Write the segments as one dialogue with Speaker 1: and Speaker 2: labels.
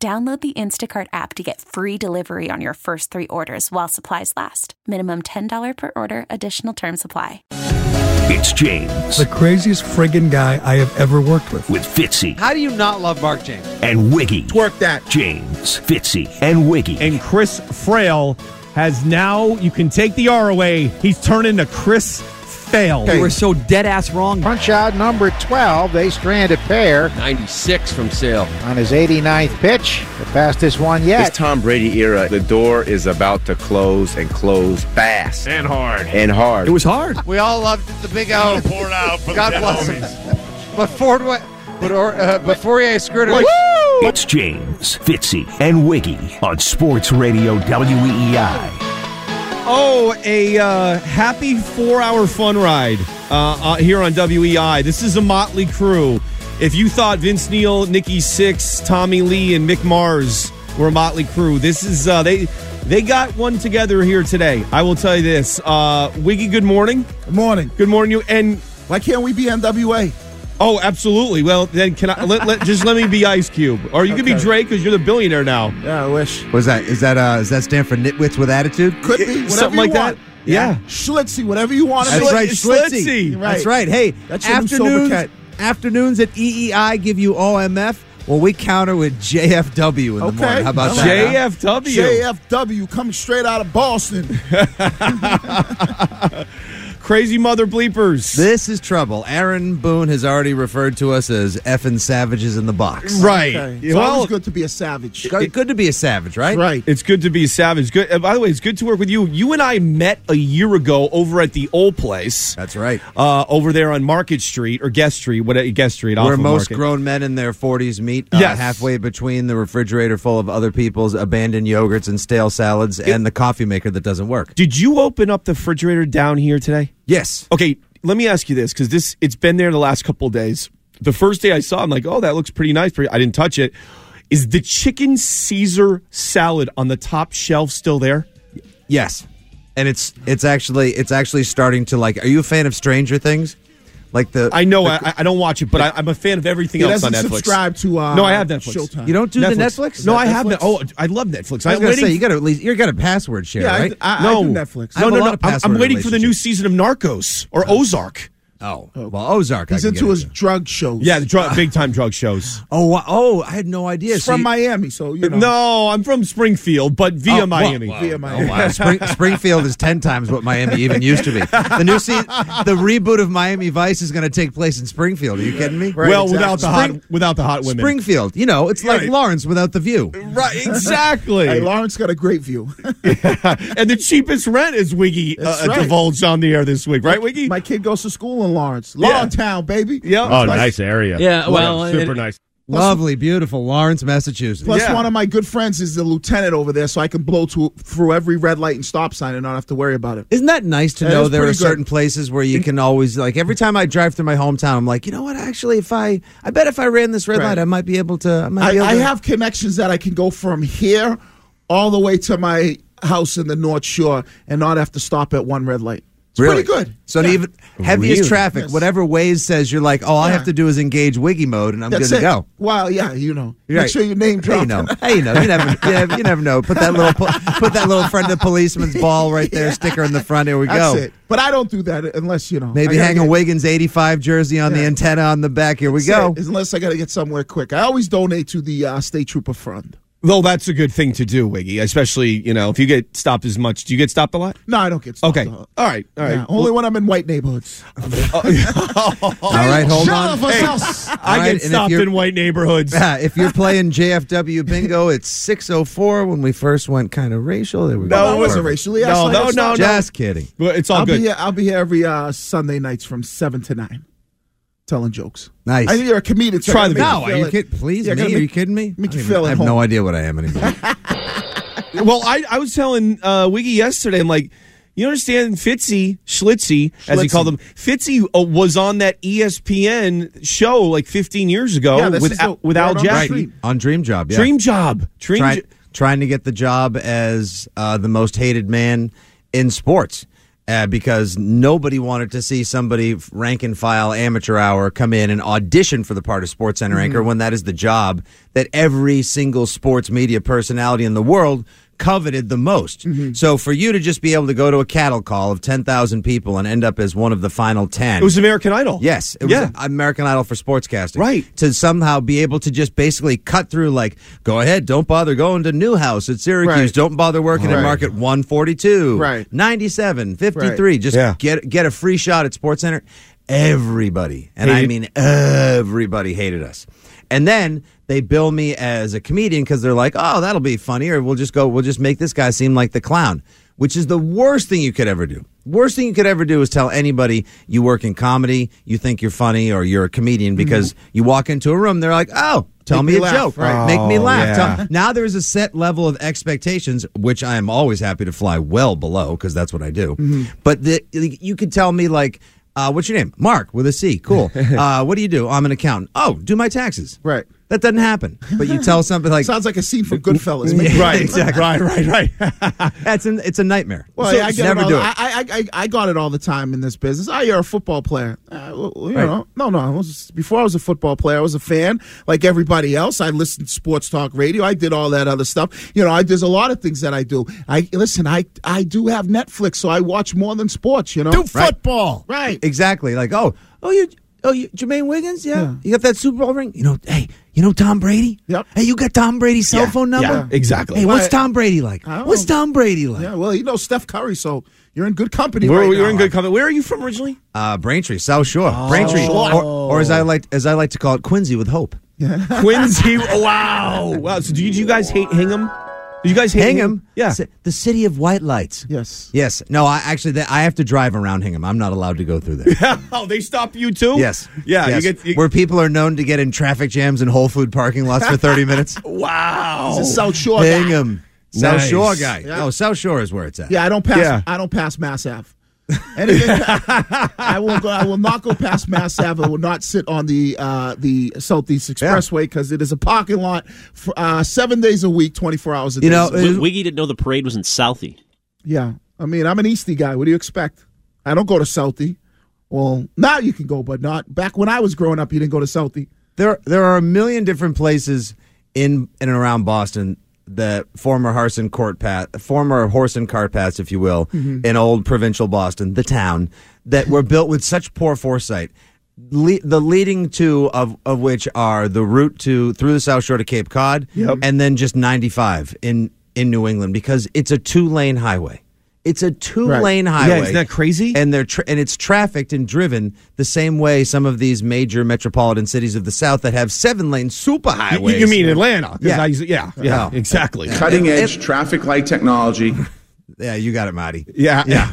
Speaker 1: Download the Instacart app to get free delivery on your first three orders while supplies last. Minimum $10 per order, additional term supply.
Speaker 2: It's James
Speaker 3: The craziest friggin' guy I have ever worked with.
Speaker 2: with Fitzy
Speaker 4: How do you not love Mark James?
Speaker 2: and Wiggy.
Speaker 5: Work that.
Speaker 2: James, Fitzy, and Wiggy.
Speaker 6: and Chris Frail has now. You can take the R away. He's turned into Chris Fail.
Speaker 4: You were so dead ass wrong.
Speaker 7: Punch out number 12. They strand a pair
Speaker 8: 96 from sale.
Speaker 7: on his 89th pitch, the fastest one
Speaker 5: This
Speaker 7: yet.
Speaker 5: Tom Brady era, the door is about to close and close fast
Speaker 9: and hard.
Speaker 5: and hard.
Speaker 4: It was hard.
Speaker 10: We all loved the big O.
Speaker 9: Gotta pour it out for
Speaker 10: God
Speaker 9: the
Speaker 10: bless
Speaker 9: homies.
Speaker 10: him. But Ford, went, but or, uh, but Fourier screwed him.
Speaker 2: It's James, Fitzy, and Wiggy on Sports Radio E WEEI.
Speaker 6: Oh, a uh, happy four-hour fun ride uh, uh, here on WEI. This is a motley crew. If you thought Vince Neil, Nikki Six, Tommy Lee, and Mick Mars were a motley crew, this is uh, they they got one together here today. I will tell you this, uh, Wiggy. Good morning.
Speaker 3: Good morning.
Speaker 6: Good morning, you and.
Speaker 3: Why can't we be MWA?
Speaker 6: Oh, absolutely. Well, then can I let, let just let me be Ice Cube, or you could be
Speaker 3: Okay.
Speaker 6: Drake because you're the billionaire now.
Speaker 3: Yeah, I wish.
Speaker 8: What is that? Is that uh, is that stand for nitwits with attitude?
Speaker 3: Could be. Whatever
Speaker 6: Something
Speaker 3: you
Speaker 6: like
Speaker 3: want.
Speaker 6: that. Yeah.
Speaker 3: Schlitzy, whatever you want to
Speaker 8: That's
Speaker 3: be.
Speaker 8: right,
Speaker 6: It's
Speaker 8: Schlitzy.
Speaker 3: Schlitzy.
Speaker 8: That's right. Hey,
Speaker 3: That's your new sober
Speaker 8: afternoons,
Speaker 3: cat.
Speaker 8: afternoons at EEI give you OMF. Well, we counter with JFW in the
Speaker 3: Okay.
Speaker 8: morning. How about that? huh?
Speaker 6: JFW.
Speaker 3: JFW coming straight out of Boston.
Speaker 6: Crazy mother bleepers.
Speaker 8: This is trouble. Aaron Boone has already referred to us as effing savages in the box.
Speaker 6: right.
Speaker 3: Okay. It's
Speaker 6: Well,
Speaker 3: always good to be a savage.
Speaker 8: Good, good to be a savage, right?
Speaker 3: Right.
Speaker 6: it's good to be savage. Good. uh, By the way, it's good to work with you. You and I met a year ago over at the old place.
Speaker 8: That's right.
Speaker 6: Uh, over there on Market Street or Guest Street, what uh, Guest Street? off
Speaker 8: Where
Speaker 6: of
Speaker 8: most
Speaker 6: Market.
Speaker 8: grown men in their 40s meet, uh,
Speaker 6: Yes.
Speaker 8: halfway between the refrigerator full of other people's abandoned yogurts and stale salads and the coffee maker that doesn't work.
Speaker 6: Did you open up the refrigerator down here today?
Speaker 8: Yes.
Speaker 6: Okay, let me ask you this because this it's been there the last couple of days. The first day I saw, it, I'm like, oh, that looks pretty nice. Pretty, I didn't touch it. Is the chicken Caesar salad on the top shelf still there?
Speaker 8: Yes. And it's it's actually it's actually starting to like. Are you a fan of Stranger Things? Like the
Speaker 6: I know I, I- I don't watch it, but I, I'm a fan of everything
Speaker 3: He
Speaker 6: else on
Speaker 3: doesn't
Speaker 6: Netflix.
Speaker 3: subscribe to uh,
Speaker 6: no, I have Netflix.
Speaker 3: Showtime.
Speaker 8: You don't do the Netflix?
Speaker 6: No,
Speaker 8: Is
Speaker 6: I
Speaker 8: that
Speaker 6: have.
Speaker 8: Netflix?
Speaker 6: Ne- oh, I love Netflix.
Speaker 8: I was
Speaker 6: I'm
Speaker 8: gonna
Speaker 6: waiting.
Speaker 8: say you got to at least you got a password share,
Speaker 3: Yeah, I-
Speaker 8: right?
Speaker 3: I-
Speaker 6: no,
Speaker 3: do Netflix. I
Speaker 6: No,
Speaker 8: have a
Speaker 6: no,
Speaker 8: lot
Speaker 6: no.
Speaker 8: of
Speaker 6: I'm, I'm
Speaker 8: password
Speaker 6: waiting for the new
Speaker 8: relationships.
Speaker 6: season of Narcos or Ozark.
Speaker 8: oh, well, Ozark.
Speaker 3: He's
Speaker 8: I can
Speaker 3: into
Speaker 8: get
Speaker 3: his drug shows.
Speaker 6: Yeah, the drug, big time drug shows.
Speaker 8: Oh, wow. oh, I had no idea.
Speaker 3: He's
Speaker 8: So
Speaker 3: from
Speaker 8: you-
Speaker 3: Miami, so you know.
Speaker 6: No, I'm from Springfield, but via
Speaker 8: Oh,
Speaker 6: Miami.
Speaker 8: wow,
Speaker 3: Via
Speaker 8: Oh,
Speaker 3: Miami.
Speaker 8: wow. Spring, Springfield is ten times what Miami even used to be. The new se- the reboot of Miami Vice is going to take place in Springfield. Are you kidding me?
Speaker 6: well, without the hot,
Speaker 8: Spring-
Speaker 6: without the hot women.
Speaker 8: Springfield, you know, it's like
Speaker 6: Right.
Speaker 8: Lawrence without the view.
Speaker 6: Right, exactly.
Speaker 3: Hey, Lawrence got a great view.
Speaker 6: and the cheapest rent is Wiggy uh,
Speaker 3: That's right.
Speaker 6: divulged on the air this week, right, Wiggy?
Speaker 3: My kid goes to school in Lawrence.
Speaker 6: Yeah.
Speaker 3: Lawtown, baby.
Speaker 6: Yeah.
Speaker 9: Oh, nice area.
Speaker 4: Yeah, well,
Speaker 9: Yeah, super
Speaker 4: it-
Speaker 9: nice.
Speaker 8: Lovely, beautiful Lawrence, Massachusetts.
Speaker 3: Plus,
Speaker 6: Yeah.
Speaker 3: one of my good friends is the lieutenant over there, so I can blow to, through every red light and stop sign and not have to worry about it.
Speaker 8: Isn't that nice to
Speaker 3: That
Speaker 8: know
Speaker 3: is
Speaker 8: there are
Speaker 3: pretty good.
Speaker 8: certain places where you can always like every time I drive through my hometown, I'm like, you know what? Actually, if I, I bet if I ran this red
Speaker 3: Right.
Speaker 8: light, I might be able to. I, might be
Speaker 3: I,
Speaker 8: able
Speaker 3: I
Speaker 8: to-
Speaker 3: have connections that I can go from here all the way to my house in the North Shore and not have to stop at one red light. It's
Speaker 8: Really?
Speaker 3: pretty good.
Speaker 8: So even heaviest traffic,
Speaker 3: Yes.
Speaker 8: whatever Waze says, you're like, all I
Speaker 3: Yeah.
Speaker 8: have to do is engage Wiggy mode, and I'm
Speaker 3: That's it.
Speaker 8: good to go.
Speaker 3: Well, yeah, you know.
Speaker 8: You're
Speaker 3: Make
Speaker 8: right.
Speaker 3: sure your name
Speaker 8: Hey,
Speaker 3: drop.
Speaker 8: you know, hey, you know, you never, you never, you never know. Put that little, pol- put that little friend of policeman's ball right there, sticker in the front. Here we
Speaker 3: That's
Speaker 8: go.
Speaker 3: it. But I don't do that unless, you know.
Speaker 8: Maybe
Speaker 3: I gotta
Speaker 8: hang
Speaker 3: get-
Speaker 8: a Wiggins '85 jersey on the
Speaker 3: Yeah.
Speaker 8: antenna on the back. Here we
Speaker 3: That's
Speaker 8: go.
Speaker 3: it, Unless I got to get somewhere quick. I always donate to the uh, state trooper fund.
Speaker 6: Though that's a good thing to do, Wiggy, especially, you know, if you get stopped as much. Do you get stopped a lot?
Speaker 3: No, I don't get stopped.
Speaker 6: Okay.
Speaker 3: Uh,
Speaker 6: All right. All right.
Speaker 3: yeah, only when I'm in white neighborhoods. Oh,
Speaker 8: All right, hold
Speaker 6: I
Speaker 8: on. All right, and
Speaker 6: get
Speaker 8: if
Speaker 6: stopped
Speaker 8: you're-
Speaker 6: in white neighborhoods.
Speaker 8: Yeah, if you're playing JFW bingo, it's 604 when we first went kind of racial. There we
Speaker 3: No,
Speaker 8: go.
Speaker 3: I wasn't racially. I
Speaker 6: No,
Speaker 3: saw
Speaker 6: no,
Speaker 3: you
Speaker 6: no,
Speaker 3: stop.
Speaker 6: no.
Speaker 8: Just kidding.
Speaker 6: Well, It's all
Speaker 3: I'll
Speaker 6: good.
Speaker 3: uh, be here. I'll be here every uh, Sunday nights from seven to nine. telling jokes.
Speaker 8: Nice.
Speaker 3: I think you're a comedian. so I
Speaker 8: Try
Speaker 3: gotta
Speaker 8: the
Speaker 3: make
Speaker 8: no. Are
Speaker 3: feel
Speaker 8: you
Speaker 3: it-
Speaker 8: kidding? Please,
Speaker 3: Yeah, I
Speaker 8: me?
Speaker 3: gotta
Speaker 8: are
Speaker 3: make-
Speaker 8: you kidding me?
Speaker 3: Make
Speaker 8: I
Speaker 3: you
Speaker 8: don't even-
Speaker 3: feel
Speaker 8: I
Speaker 3: at
Speaker 8: have
Speaker 3: home.
Speaker 8: no idea what I am anymore.
Speaker 6: well, I, I was telling uh, Wiggy yesterday, I'm like, you understand Fitzy, Schlitzy, as he
Speaker 3: Schlitzy.
Speaker 6: called him, Fitzy uh, was on that ESPN show like 15 years ago
Speaker 3: Yeah, this
Speaker 6: with,
Speaker 3: is
Speaker 6: Al-
Speaker 3: the
Speaker 6: with Al
Speaker 3: word on the
Speaker 6: Jaffe.
Speaker 3: street.
Speaker 8: on Dream Job. Yeah.
Speaker 6: Dream job. Dream
Speaker 8: Try-
Speaker 6: jo-
Speaker 8: trying to get the job as uh, the most hated man in sports uh, because nobody wanted to see somebody f- rank and file amateur hour come in and audition for the part of sports center anchor
Speaker 3: Mm-hmm.
Speaker 8: when that is the job that every single sports media personality in the world coveted the most
Speaker 3: Mm-hmm.
Speaker 8: so for you to just be able to go to a cattle call of 10,000 people and end up as one of the final 10
Speaker 6: It was American Idol.
Speaker 8: Yes, it was
Speaker 6: Yeah.
Speaker 8: American Idol for sportscasting.
Speaker 6: Right.
Speaker 8: To somehow be able to just basically cut through, like, go ahead, don't bother going to Newhouse at Syracuse,
Speaker 3: Right.
Speaker 8: don't bother working at
Speaker 3: Right.
Speaker 8: Market 142,
Speaker 3: Right.
Speaker 8: 97, 53. Just
Speaker 6: Yeah.
Speaker 8: get get a free shot at SportsCenter. Everybody, and I
Speaker 6: Hated-
Speaker 8: mean everybody, hated us. And then they bill me as a comedian because they're like, oh, that'll be funny, or we'll just go, we'll just make this guy seem like the clown, which is the worst thing you could ever do. Worst thing you could ever do is tell anybody you work in comedy, you think you're funny, or you're a comedian because you walk into a room, they're like, oh, tell
Speaker 3: Make
Speaker 8: me,
Speaker 3: me
Speaker 8: a
Speaker 3: laugh,
Speaker 8: joke,
Speaker 3: right.
Speaker 8: make me
Speaker 6: Oh,
Speaker 8: laugh. Tell-
Speaker 6: yeah.
Speaker 8: now there is a set level of expectations, which I am always happy to fly well below because that's what I do.
Speaker 3: Mm-hmm.
Speaker 8: But the, you could tell me like, uh, what's your name? Mark with a C. Cool. uh, what do you do? I'm an accountant. Oh, do my taxes.
Speaker 3: Right.
Speaker 8: That doesn't happen. But you tell something like
Speaker 3: Sounds like a scene from Goodfellas. Make me-
Speaker 8: Right,
Speaker 6: exactly. Right, right, right.
Speaker 8: that's an, it's a nightmare.
Speaker 3: Well,
Speaker 8: So
Speaker 3: yeah, I
Speaker 8: just
Speaker 3: get
Speaker 8: never
Speaker 3: it all,
Speaker 8: do it.
Speaker 3: I, I, I, I got it all the time in this business. Oh, you're a football player. Uh, well, you
Speaker 8: Right.
Speaker 3: know, no, no. I was, before I was a football player, I was a fan like everybody else. I listened to sports talk radio. I did all that other stuff. You know, I, there's a lot of things that I do. I listen. I I do have Netflix, so I watch more than sports. You know,
Speaker 8: do football.
Speaker 3: Right.
Speaker 8: Exactly. Like, oh, oh, you, oh, you, Jermaine Wiggins. Yeah. You got that Super Bowl ring. You know, hey, you know Tom Brady.
Speaker 3: Yep.
Speaker 8: Hey, you got Tom Brady's cell
Speaker 6: Yeah,
Speaker 8: phone
Speaker 6: yeah,
Speaker 8: number.
Speaker 6: exactly.
Speaker 8: Hey, what's
Speaker 3: Well,
Speaker 8: Tom Brady like?
Speaker 3: I don't
Speaker 8: What's
Speaker 3: know.
Speaker 8: Tom Brady like?
Speaker 3: Yeah, well, you know Steph Curry, so you're in good company.
Speaker 6: We're,
Speaker 3: right
Speaker 6: we're
Speaker 3: now.
Speaker 6: in good company. Where are you from originally?
Speaker 8: Uh, Braintree, South Shore, Braintree,
Speaker 3: Oh. Shore.
Speaker 8: Or, or as I like as I like to call it, Quincy with hope.
Speaker 6: Quincy. Wow. Wow. So did you guys hate Hingham? Did you guys hate
Speaker 8: Hingham,
Speaker 6: Yeah.
Speaker 8: ci- the city of white lights.
Speaker 3: Yes.
Speaker 8: Yes. No, I actually that, I have to drive around Hingham. I'm not allowed to go through there.
Speaker 6: oh, they stop you too?
Speaker 8: yes.
Speaker 6: Yeah.
Speaker 8: Yes.
Speaker 6: You get, you,
Speaker 8: where people are known to get in traffic jams in Whole Food parking lots for 30 minutes.
Speaker 6: wow.
Speaker 3: It's a South Shore. guy.
Speaker 8: Hingham. South
Speaker 6: Nice.
Speaker 8: Shore guy.
Speaker 3: Yeah.
Speaker 8: Oh, South Shore is where it's at.
Speaker 3: Yeah, I don't pass.
Speaker 6: Yeah.
Speaker 3: I don't pass Mass Ave. Anything, I will go. I will not go past Mass Ave. I will not sit on the uh, the Southeast Expressway because it is a parking lot for, uh, seven days a week, twenty four hours a day.
Speaker 8: You know,
Speaker 3: So-
Speaker 8: it-
Speaker 11: W- Wiggy didn't know the parade was in Southie.
Speaker 3: yeah. I mean, I'm an Eastie guy. What do you expect? I don't go to Southie. Well, now you can go, but not back when I was growing up. You didn't go to Southie.
Speaker 8: there there are a million different places in in and around Boston the former Harson Court path, former horse and cart paths, if you will, in old provincial Boston, the town that were built with such poor foresight. Le- the leading two of, of which are the route to through the South Shore to Cape Cod, and then just 95 in in New England because it's a two lane highway. It's a two lane highway.
Speaker 6: isn't that crazy?
Speaker 8: And they're tra- and it's trafficked and driven the same way some of these major metropolitan cities of the South that have seven lane
Speaker 6: You-
Speaker 8: superhighways.
Speaker 6: you, mean Atlanta? 'Cause
Speaker 8: Yeah.
Speaker 6: I used- yeah. Yeah.
Speaker 8: Yeah.
Speaker 6: Exactly.
Speaker 5: Cutting edge traffic light technology.
Speaker 8: Yeah, you got it, Marty.
Speaker 6: Yeah.
Speaker 8: yeah,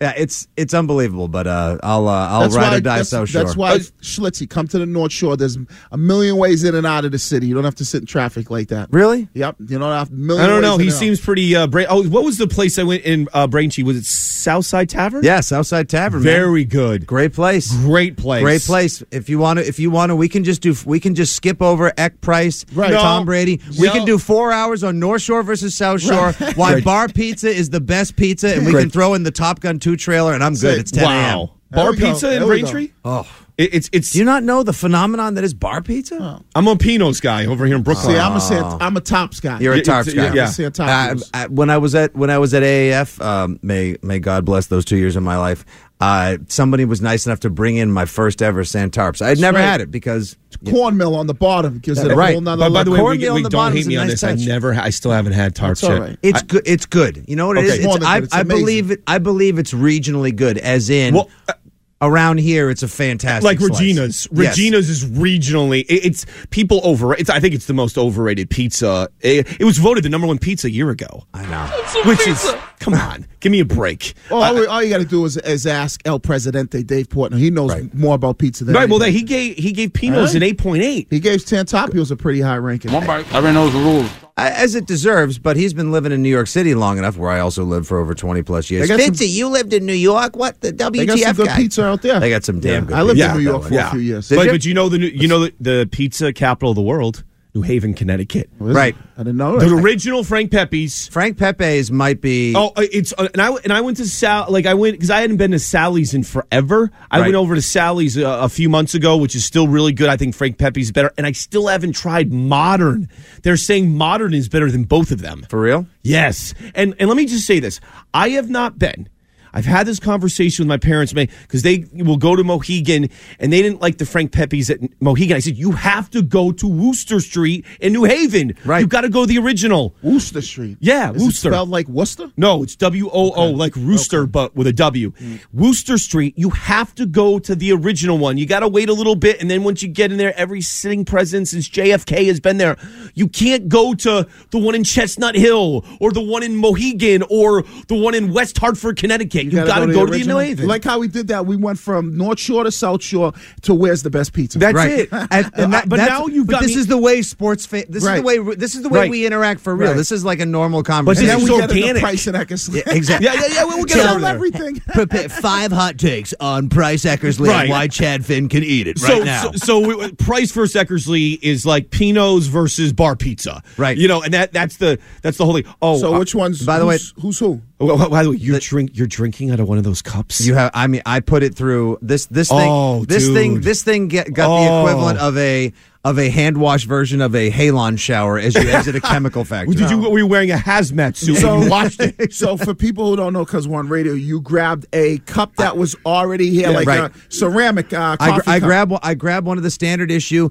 Speaker 8: yeah. It's it's unbelievable, but uh, I'll uh, I'll ride
Speaker 3: why,
Speaker 8: or die
Speaker 3: that's,
Speaker 8: South Shore.
Speaker 3: That's why Schlitzie, come to the North Shore. There's a million ways in and out of the city. You don't have to sit in traffic like that.
Speaker 8: Really?
Speaker 3: Yep. You don't have a million.
Speaker 6: I don't
Speaker 3: ways
Speaker 6: know.
Speaker 3: in
Speaker 6: He
Speaker 3: and out.
Speaker 6: seems pretty. Uh, bra- oh, what was the place I went in uh, Braintree? Was it Southside Tavern?
Speaker 8: Yeah, Southside Tavern. man.
Speaker 6: Very good.
Speaker 8: great place.
Speaker 6: Great place.
Speaker 8: Great place. If you want to, if you want to, we can just do. We can just skip over Eck Price,
Speaker 3: Right.
Speaker 8: Tom
Speaker 6: No.
Speaker 8: Brady. We
Speaker 6: No.
Speaker 8: can do four hours on North Shore versus South Shore. Why Bar Pizza is the best pizza, and we can throw in the Top Gun two trailer, and I'm good.
Speaker 3: it.
Speaker 8: It's ten a.m.
Speaker 6: Wow.
Speaker 3: There
Speaker 6: Bar
Speaker 3: we go.
Speaker 6: pizza in
Speaker 3: There we go.
Speaker 6: Braintree.
Speaker 8: Oh,
Speaker 6: It, it's it's.
Speaker 8: do you not know the phenomenon that is bar pizza?
Speaker 6: I'm a Pinos guy over here in Brooklyn.
Speaker 3: See, I'm a Sant- I'm a tops guy.
Speaker 8: Oh. You're a
Speaker 6: Yeah,
Speaker 8: tarps
Speaker 6: it's-
Speaker 8: guy.
Speaker 6: yeah.
Speaker 3: I'm a Santopoulos.
Speaker 8: I, I, when I was at when I was at AAF, um, may may God bless those two years of my life. Uh, somebody was nice enough to bring in my first ever Santarps. I'd never
Speaker 3: right.
Speaker 8: had it because
Speaker 3: cornmeal on the bottom gives it a
Speaker 8: Right.
Speaker 3: whole nother
Speaker 6: But by the
Speaker 3: level.
Speaker 6: way,
Speaker 8: Cornmeal
Speaker 6: we,
Speaker 8: on
Speaker 6: we
Speaker 8: the
Speaker 6: don't
Speaker 8: bottom
Speaker 6: hate
Speaker 8: is a
Speaker 6: me on
Speaker 8: nice
Speaker 6: this. I
Speaker 8: touch.
Speaker 6: never. ha- I still haven't had tarps
Speaker 3: all
Speaker 6: yet.
Speaker 3: right.
Speaker 8: it's good. It's good. You know what it
Speaker 6: Okay.
Speaker 8: is?
Speaker 6: It's
Speaker 8: It's-
Speaker 3: more than
Speaker 8: I,
Speaker 3: good. It's
Speaker 8: I
Speaker 3: amazing.
Speaker 8: believe it. I believe it's regionally good. As in,
Speaker 6: Well, uh,
Speaker 8: around here, it's a fantastic
Speaker 6: like
Speaker 8: slice.
Speaker 6: Regina's.
Speaker 8: Yes.
Speaker 6: Regina's is regionally. It, it's people over. It's, I think it's the most overrated pizza. It, it was voted the number one pizza a year ago,
Speaker 8: I know.
Speaker 6: which is Come on, give me a break.
Speaker 3: Well, all, we- all you got to do is, is ask El Presidente Dave Portner. He knows more about pizza than
Speaker 6: Right. Well,
Speaker 3: anybody.
Speaker 6: he gave he gave Pino's an eight point eight.
Speaker 3: He gave Tantapios a pretty high ranking. One
Speaker 8: bite. Everyone knows the rules. As it deserves, but he's been living in New York City long enough, where I also lived for over 20 plus years. Vince, you lived in New York. What the WTF?
Speaker 3: They got some good
Speaker 8: guy.
Speaker 3: pizza out there.
Speaker 8: They got some damn
Speaker 3: Yeah.
Speaker 8: good
Speaker 3: I lived
Speaker 8: pizza
Speaker 3: in New
Speaker 8: out
Speaker 3: York
Speaker 8: that
Speaker 3: for
Speaker 8: way.
Speaker 3: a few years.
Speaker 6: But, but you know the new, you know the, the pizza capital of the world, New Haven, Connecticut.
Speaker 8: Right.
Speaker 3: I didn't know
Speaker 6: The original Frank Pepe's.
Speaker 8: Frank Pepe's might be.
Speaker 6: Oh, uh, it's uh, and I and I went to Sal like I went because I hadn't been to Sally's in forever. I
Speaker 8: Right.
Speaker 6: went over to Sally's uh, a few months ago, which is still really good. I think Frank Pepe's better, and I still haven't tried modern. They're saying modern is better than both of them.
Speaker 8: For real?
Speaker 6: Yes. And and let me just say this: I have not been. I've had this conversation with my parents, man, because they will go to Mohegan and they didn't like the Frank Pepe's at Mohegan. I said, "You have to go to Wooster Street in New Haven. Right? You've got to go the original
Speaker 3: Wooster Street.
Speaker 6: Yeah,
Speaker 3: Is it
Speaker 6: Wooster.
Speaker 3: spelled like Worcester?
Speaker 6: No, it's W O O, like rooster, but with a W.
Speaker 3: Mm.
Speaker 6: Wooster Street. You have to go to the original one. You got to wait a little bit, and then once you get in there, every sitting president since JFK has been there. You can't go to the one in Chestnut Hill or the one in Mohegan or the one in West Hartford, Connecticut. You, got to go to the
Speaker 3: original.
Speaker 6: New Haven.
Speaker 3: Like how we did that. We went from North Shore to South Shore to where's the best pizza.
Speaker 8: That's it. And- and
Speaker 3: Uh,
Speaker 8: that-
Speaker 6: but
Speaker 8: that's-
Speaker 6: now you've
Speaker 8: but
Speaker 6: got
Speaker 8: this
Speaker 6: me-
Speaker 8: is the way sports. Fa- this
Speaker 6: Right.
Speaker 8: is the way. This is the way
Speaker 6: Right.
Speaker 8: we interact for real.
Speaker 6: Right.
Speaker 8: This is like a normal
Speaker 6: But
Speaker 8: conversation.
Speaker 6: this is organic.
Speaker 8: Yeah, exactly.
Speaker 6: Yeah, yeah, yeah. We'll get
Speaker 8: Tell
Speaker 6: over there.
Speaker 3: everything.
Speaker 8: Prepare five hot takes on Price Eckersley
Speaker 6: Right.
Speaker 8: and why Chad Finn can eat it
Speaker 6: so,
Speaker 8: right now.
Speaker 6: So, so it- Price versus Eckersley is like Pino's versus bar pizza,
Speaker 8: Right.
Speaker 6: You know, and that that's the that's the whole thing. Oh,
Speaker 3: So
Speaker 6: uh,
Speaker 3: which one's
Speaker 8: by the way-
Speaker 3: who's- who's who?
Speaker 6: Well, well, by the way, you're drink you're drinking out of one of those cups.
Speaker 8: You have. I mean, I put it through this. This thing.
Speaker 6: Oh,
Speaker 8: this thing.
Speaker 6: dude.
Speaker 8: This thing get, got the
Speaker 6: Oh.
Speaker 8: equivalent of a of a hand wash version of a halon shower as you exit a chemical factory.
Speaker 6: Did you were you wearing a hazmat suit?
Speaker 3: So-
Speaker 6: So you watched it.
Speaker 3: so for people who don't know, because we're on radio, you grabbed a cup that was already here,
Speaker 8: Yeah,
Speaker 3: like
Speaker 8: right.
Speaker 3: a ceramic uh,
Speaker 8: I,
Speaker 3: coffee
Speaker 8: gr- I
Speaker 3: cup.
Speaker 8: grab one- I grab one of the standard issue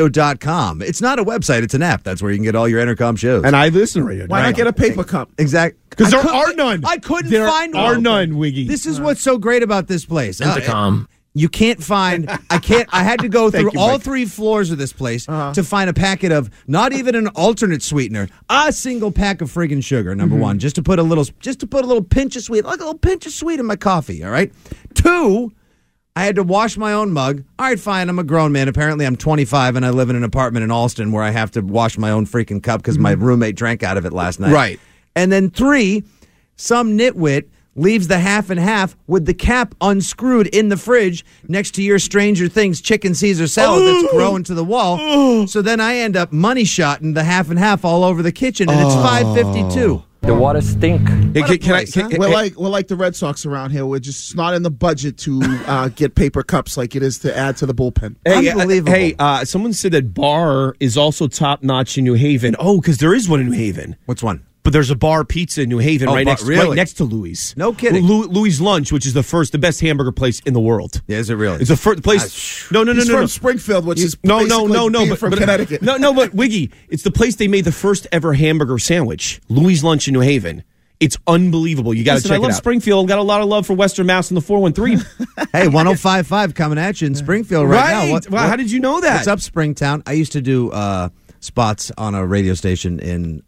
Speaker 8: radio.com. It's not a website, it's an app. That's where you can get all your intercom shows.
Speaker 6: And I listen to radio.
Speaker 3: Why not get a paper cup?
Speaker 8: exactly
Speaker 6: Because there are none.
Speaker 8: I couldn't
Speaker 6: There
Speaker 8: find
Speaker 6: are
Speaker 8: one.
Speaker 6: none, Wiggy.
Speaker 8: This is what's so great about this place. Intercom. you can't find. I can't. I had to go through
Speaker 6: Thank you,
Speaker 8: all
Speaker 6: Mike.
Speaker 8: three floors of this place
Speaker 3: Uh-huh.
Speaker 8: to find a packet of not even an alternate sweetener, a single pack of friggin' sugar. Number
Speaker 3: Mm-hmm.
Speaker 8: one, just to put a little, just to put a little pinch of sweet, like a little pinch of sweet in my coffee. All right. Two, I had to wash my own mug. All right, fine. I'm a grown man. Apparently, I'm 25 and I live in an apartment in Alston where I have to wash my own freaking cup because my roommate drank out of it last night.
Speaker 6: Right.
Speaker 8: And then three, some nitwit leaves the half and half with the cap unscrewed in the fridge next to your Stranger Things chicken Caesar salad that's growing to the wall. So then I end up money shotting the half and half all over the kitchen, and it's
Speaker 12: Oh.
Speaker 8: 552.
Speaker 13: The water stink.
Speaker 6: oh. Hey,
Speaker 8: What
Speaker 6: can,
Speaker 8: a
Speaker 6: can I?
Speaker 8: place,
Speaker 6: Can,
Speaker 8: huh?
Speaker 6: can-
Speaker 3: We're
Speaker 6: hey,
Speaker 3: like we're like the Red Sox around here. We're just not in the budget to uh, get paper cups like it is to add to the bullpen.
Speaker 6: hey, uh,
Speaker 8: Unbelievable.
Speaker 6: Hey, uh, someone said that bar is also top notch in New Haven. Oh, because there is one in New Haven.
Speaker 8: What's one?
Speaker 6: But there's a bar pizza in New Haven
Speaker 8: Oh,
Speaker 6: right
Speaker 8: bar-
Speaker 6: next right
Speaker 8: really?
Speaker 6: next to Louis.
Speaker 8: No kidding.
Speaker 6: Lou, Louis Lunch, which is the first, the best hamburger place in the world.
Speaker 8: Yeah, is it really?
Speaker 6: It's the first place. no, no, no,
Speaker 3: He's
Speaker 6: no,
Speaker 3: from
Speaker 6: no.
Speaker 3: Springfield, which is
Speaker 6: no, no, no,
Speaker 3: basically
Speaker 6: no.
Speaker 3: being
Speaker 6: But,
Speaker 3: from
Speaker 6: but-
Speaker 3: Connecticut.
Speaker 6: No, no, but Wiggy, it's the place they made the first ever hamburger sandwich, Louis Lunch in New Haven. It's unbelievable. You got to
Speaker 8: Listen,
Speaker 6: check
Speaker 8: I
Speaker 6: it
Speaker 8: love
Speaker 6: out. Springfield. Got a lot of love for Western Mass and the four one three.
Speaker 8: Hey, 1055 coming at you in Springfield right, now. What-
Speaker 6: Wow,
Speaker 8: what-
Speaker 6: how did you know that?
Speaker 8: What's up, Springtown? I used to do uh, spots on a radio station in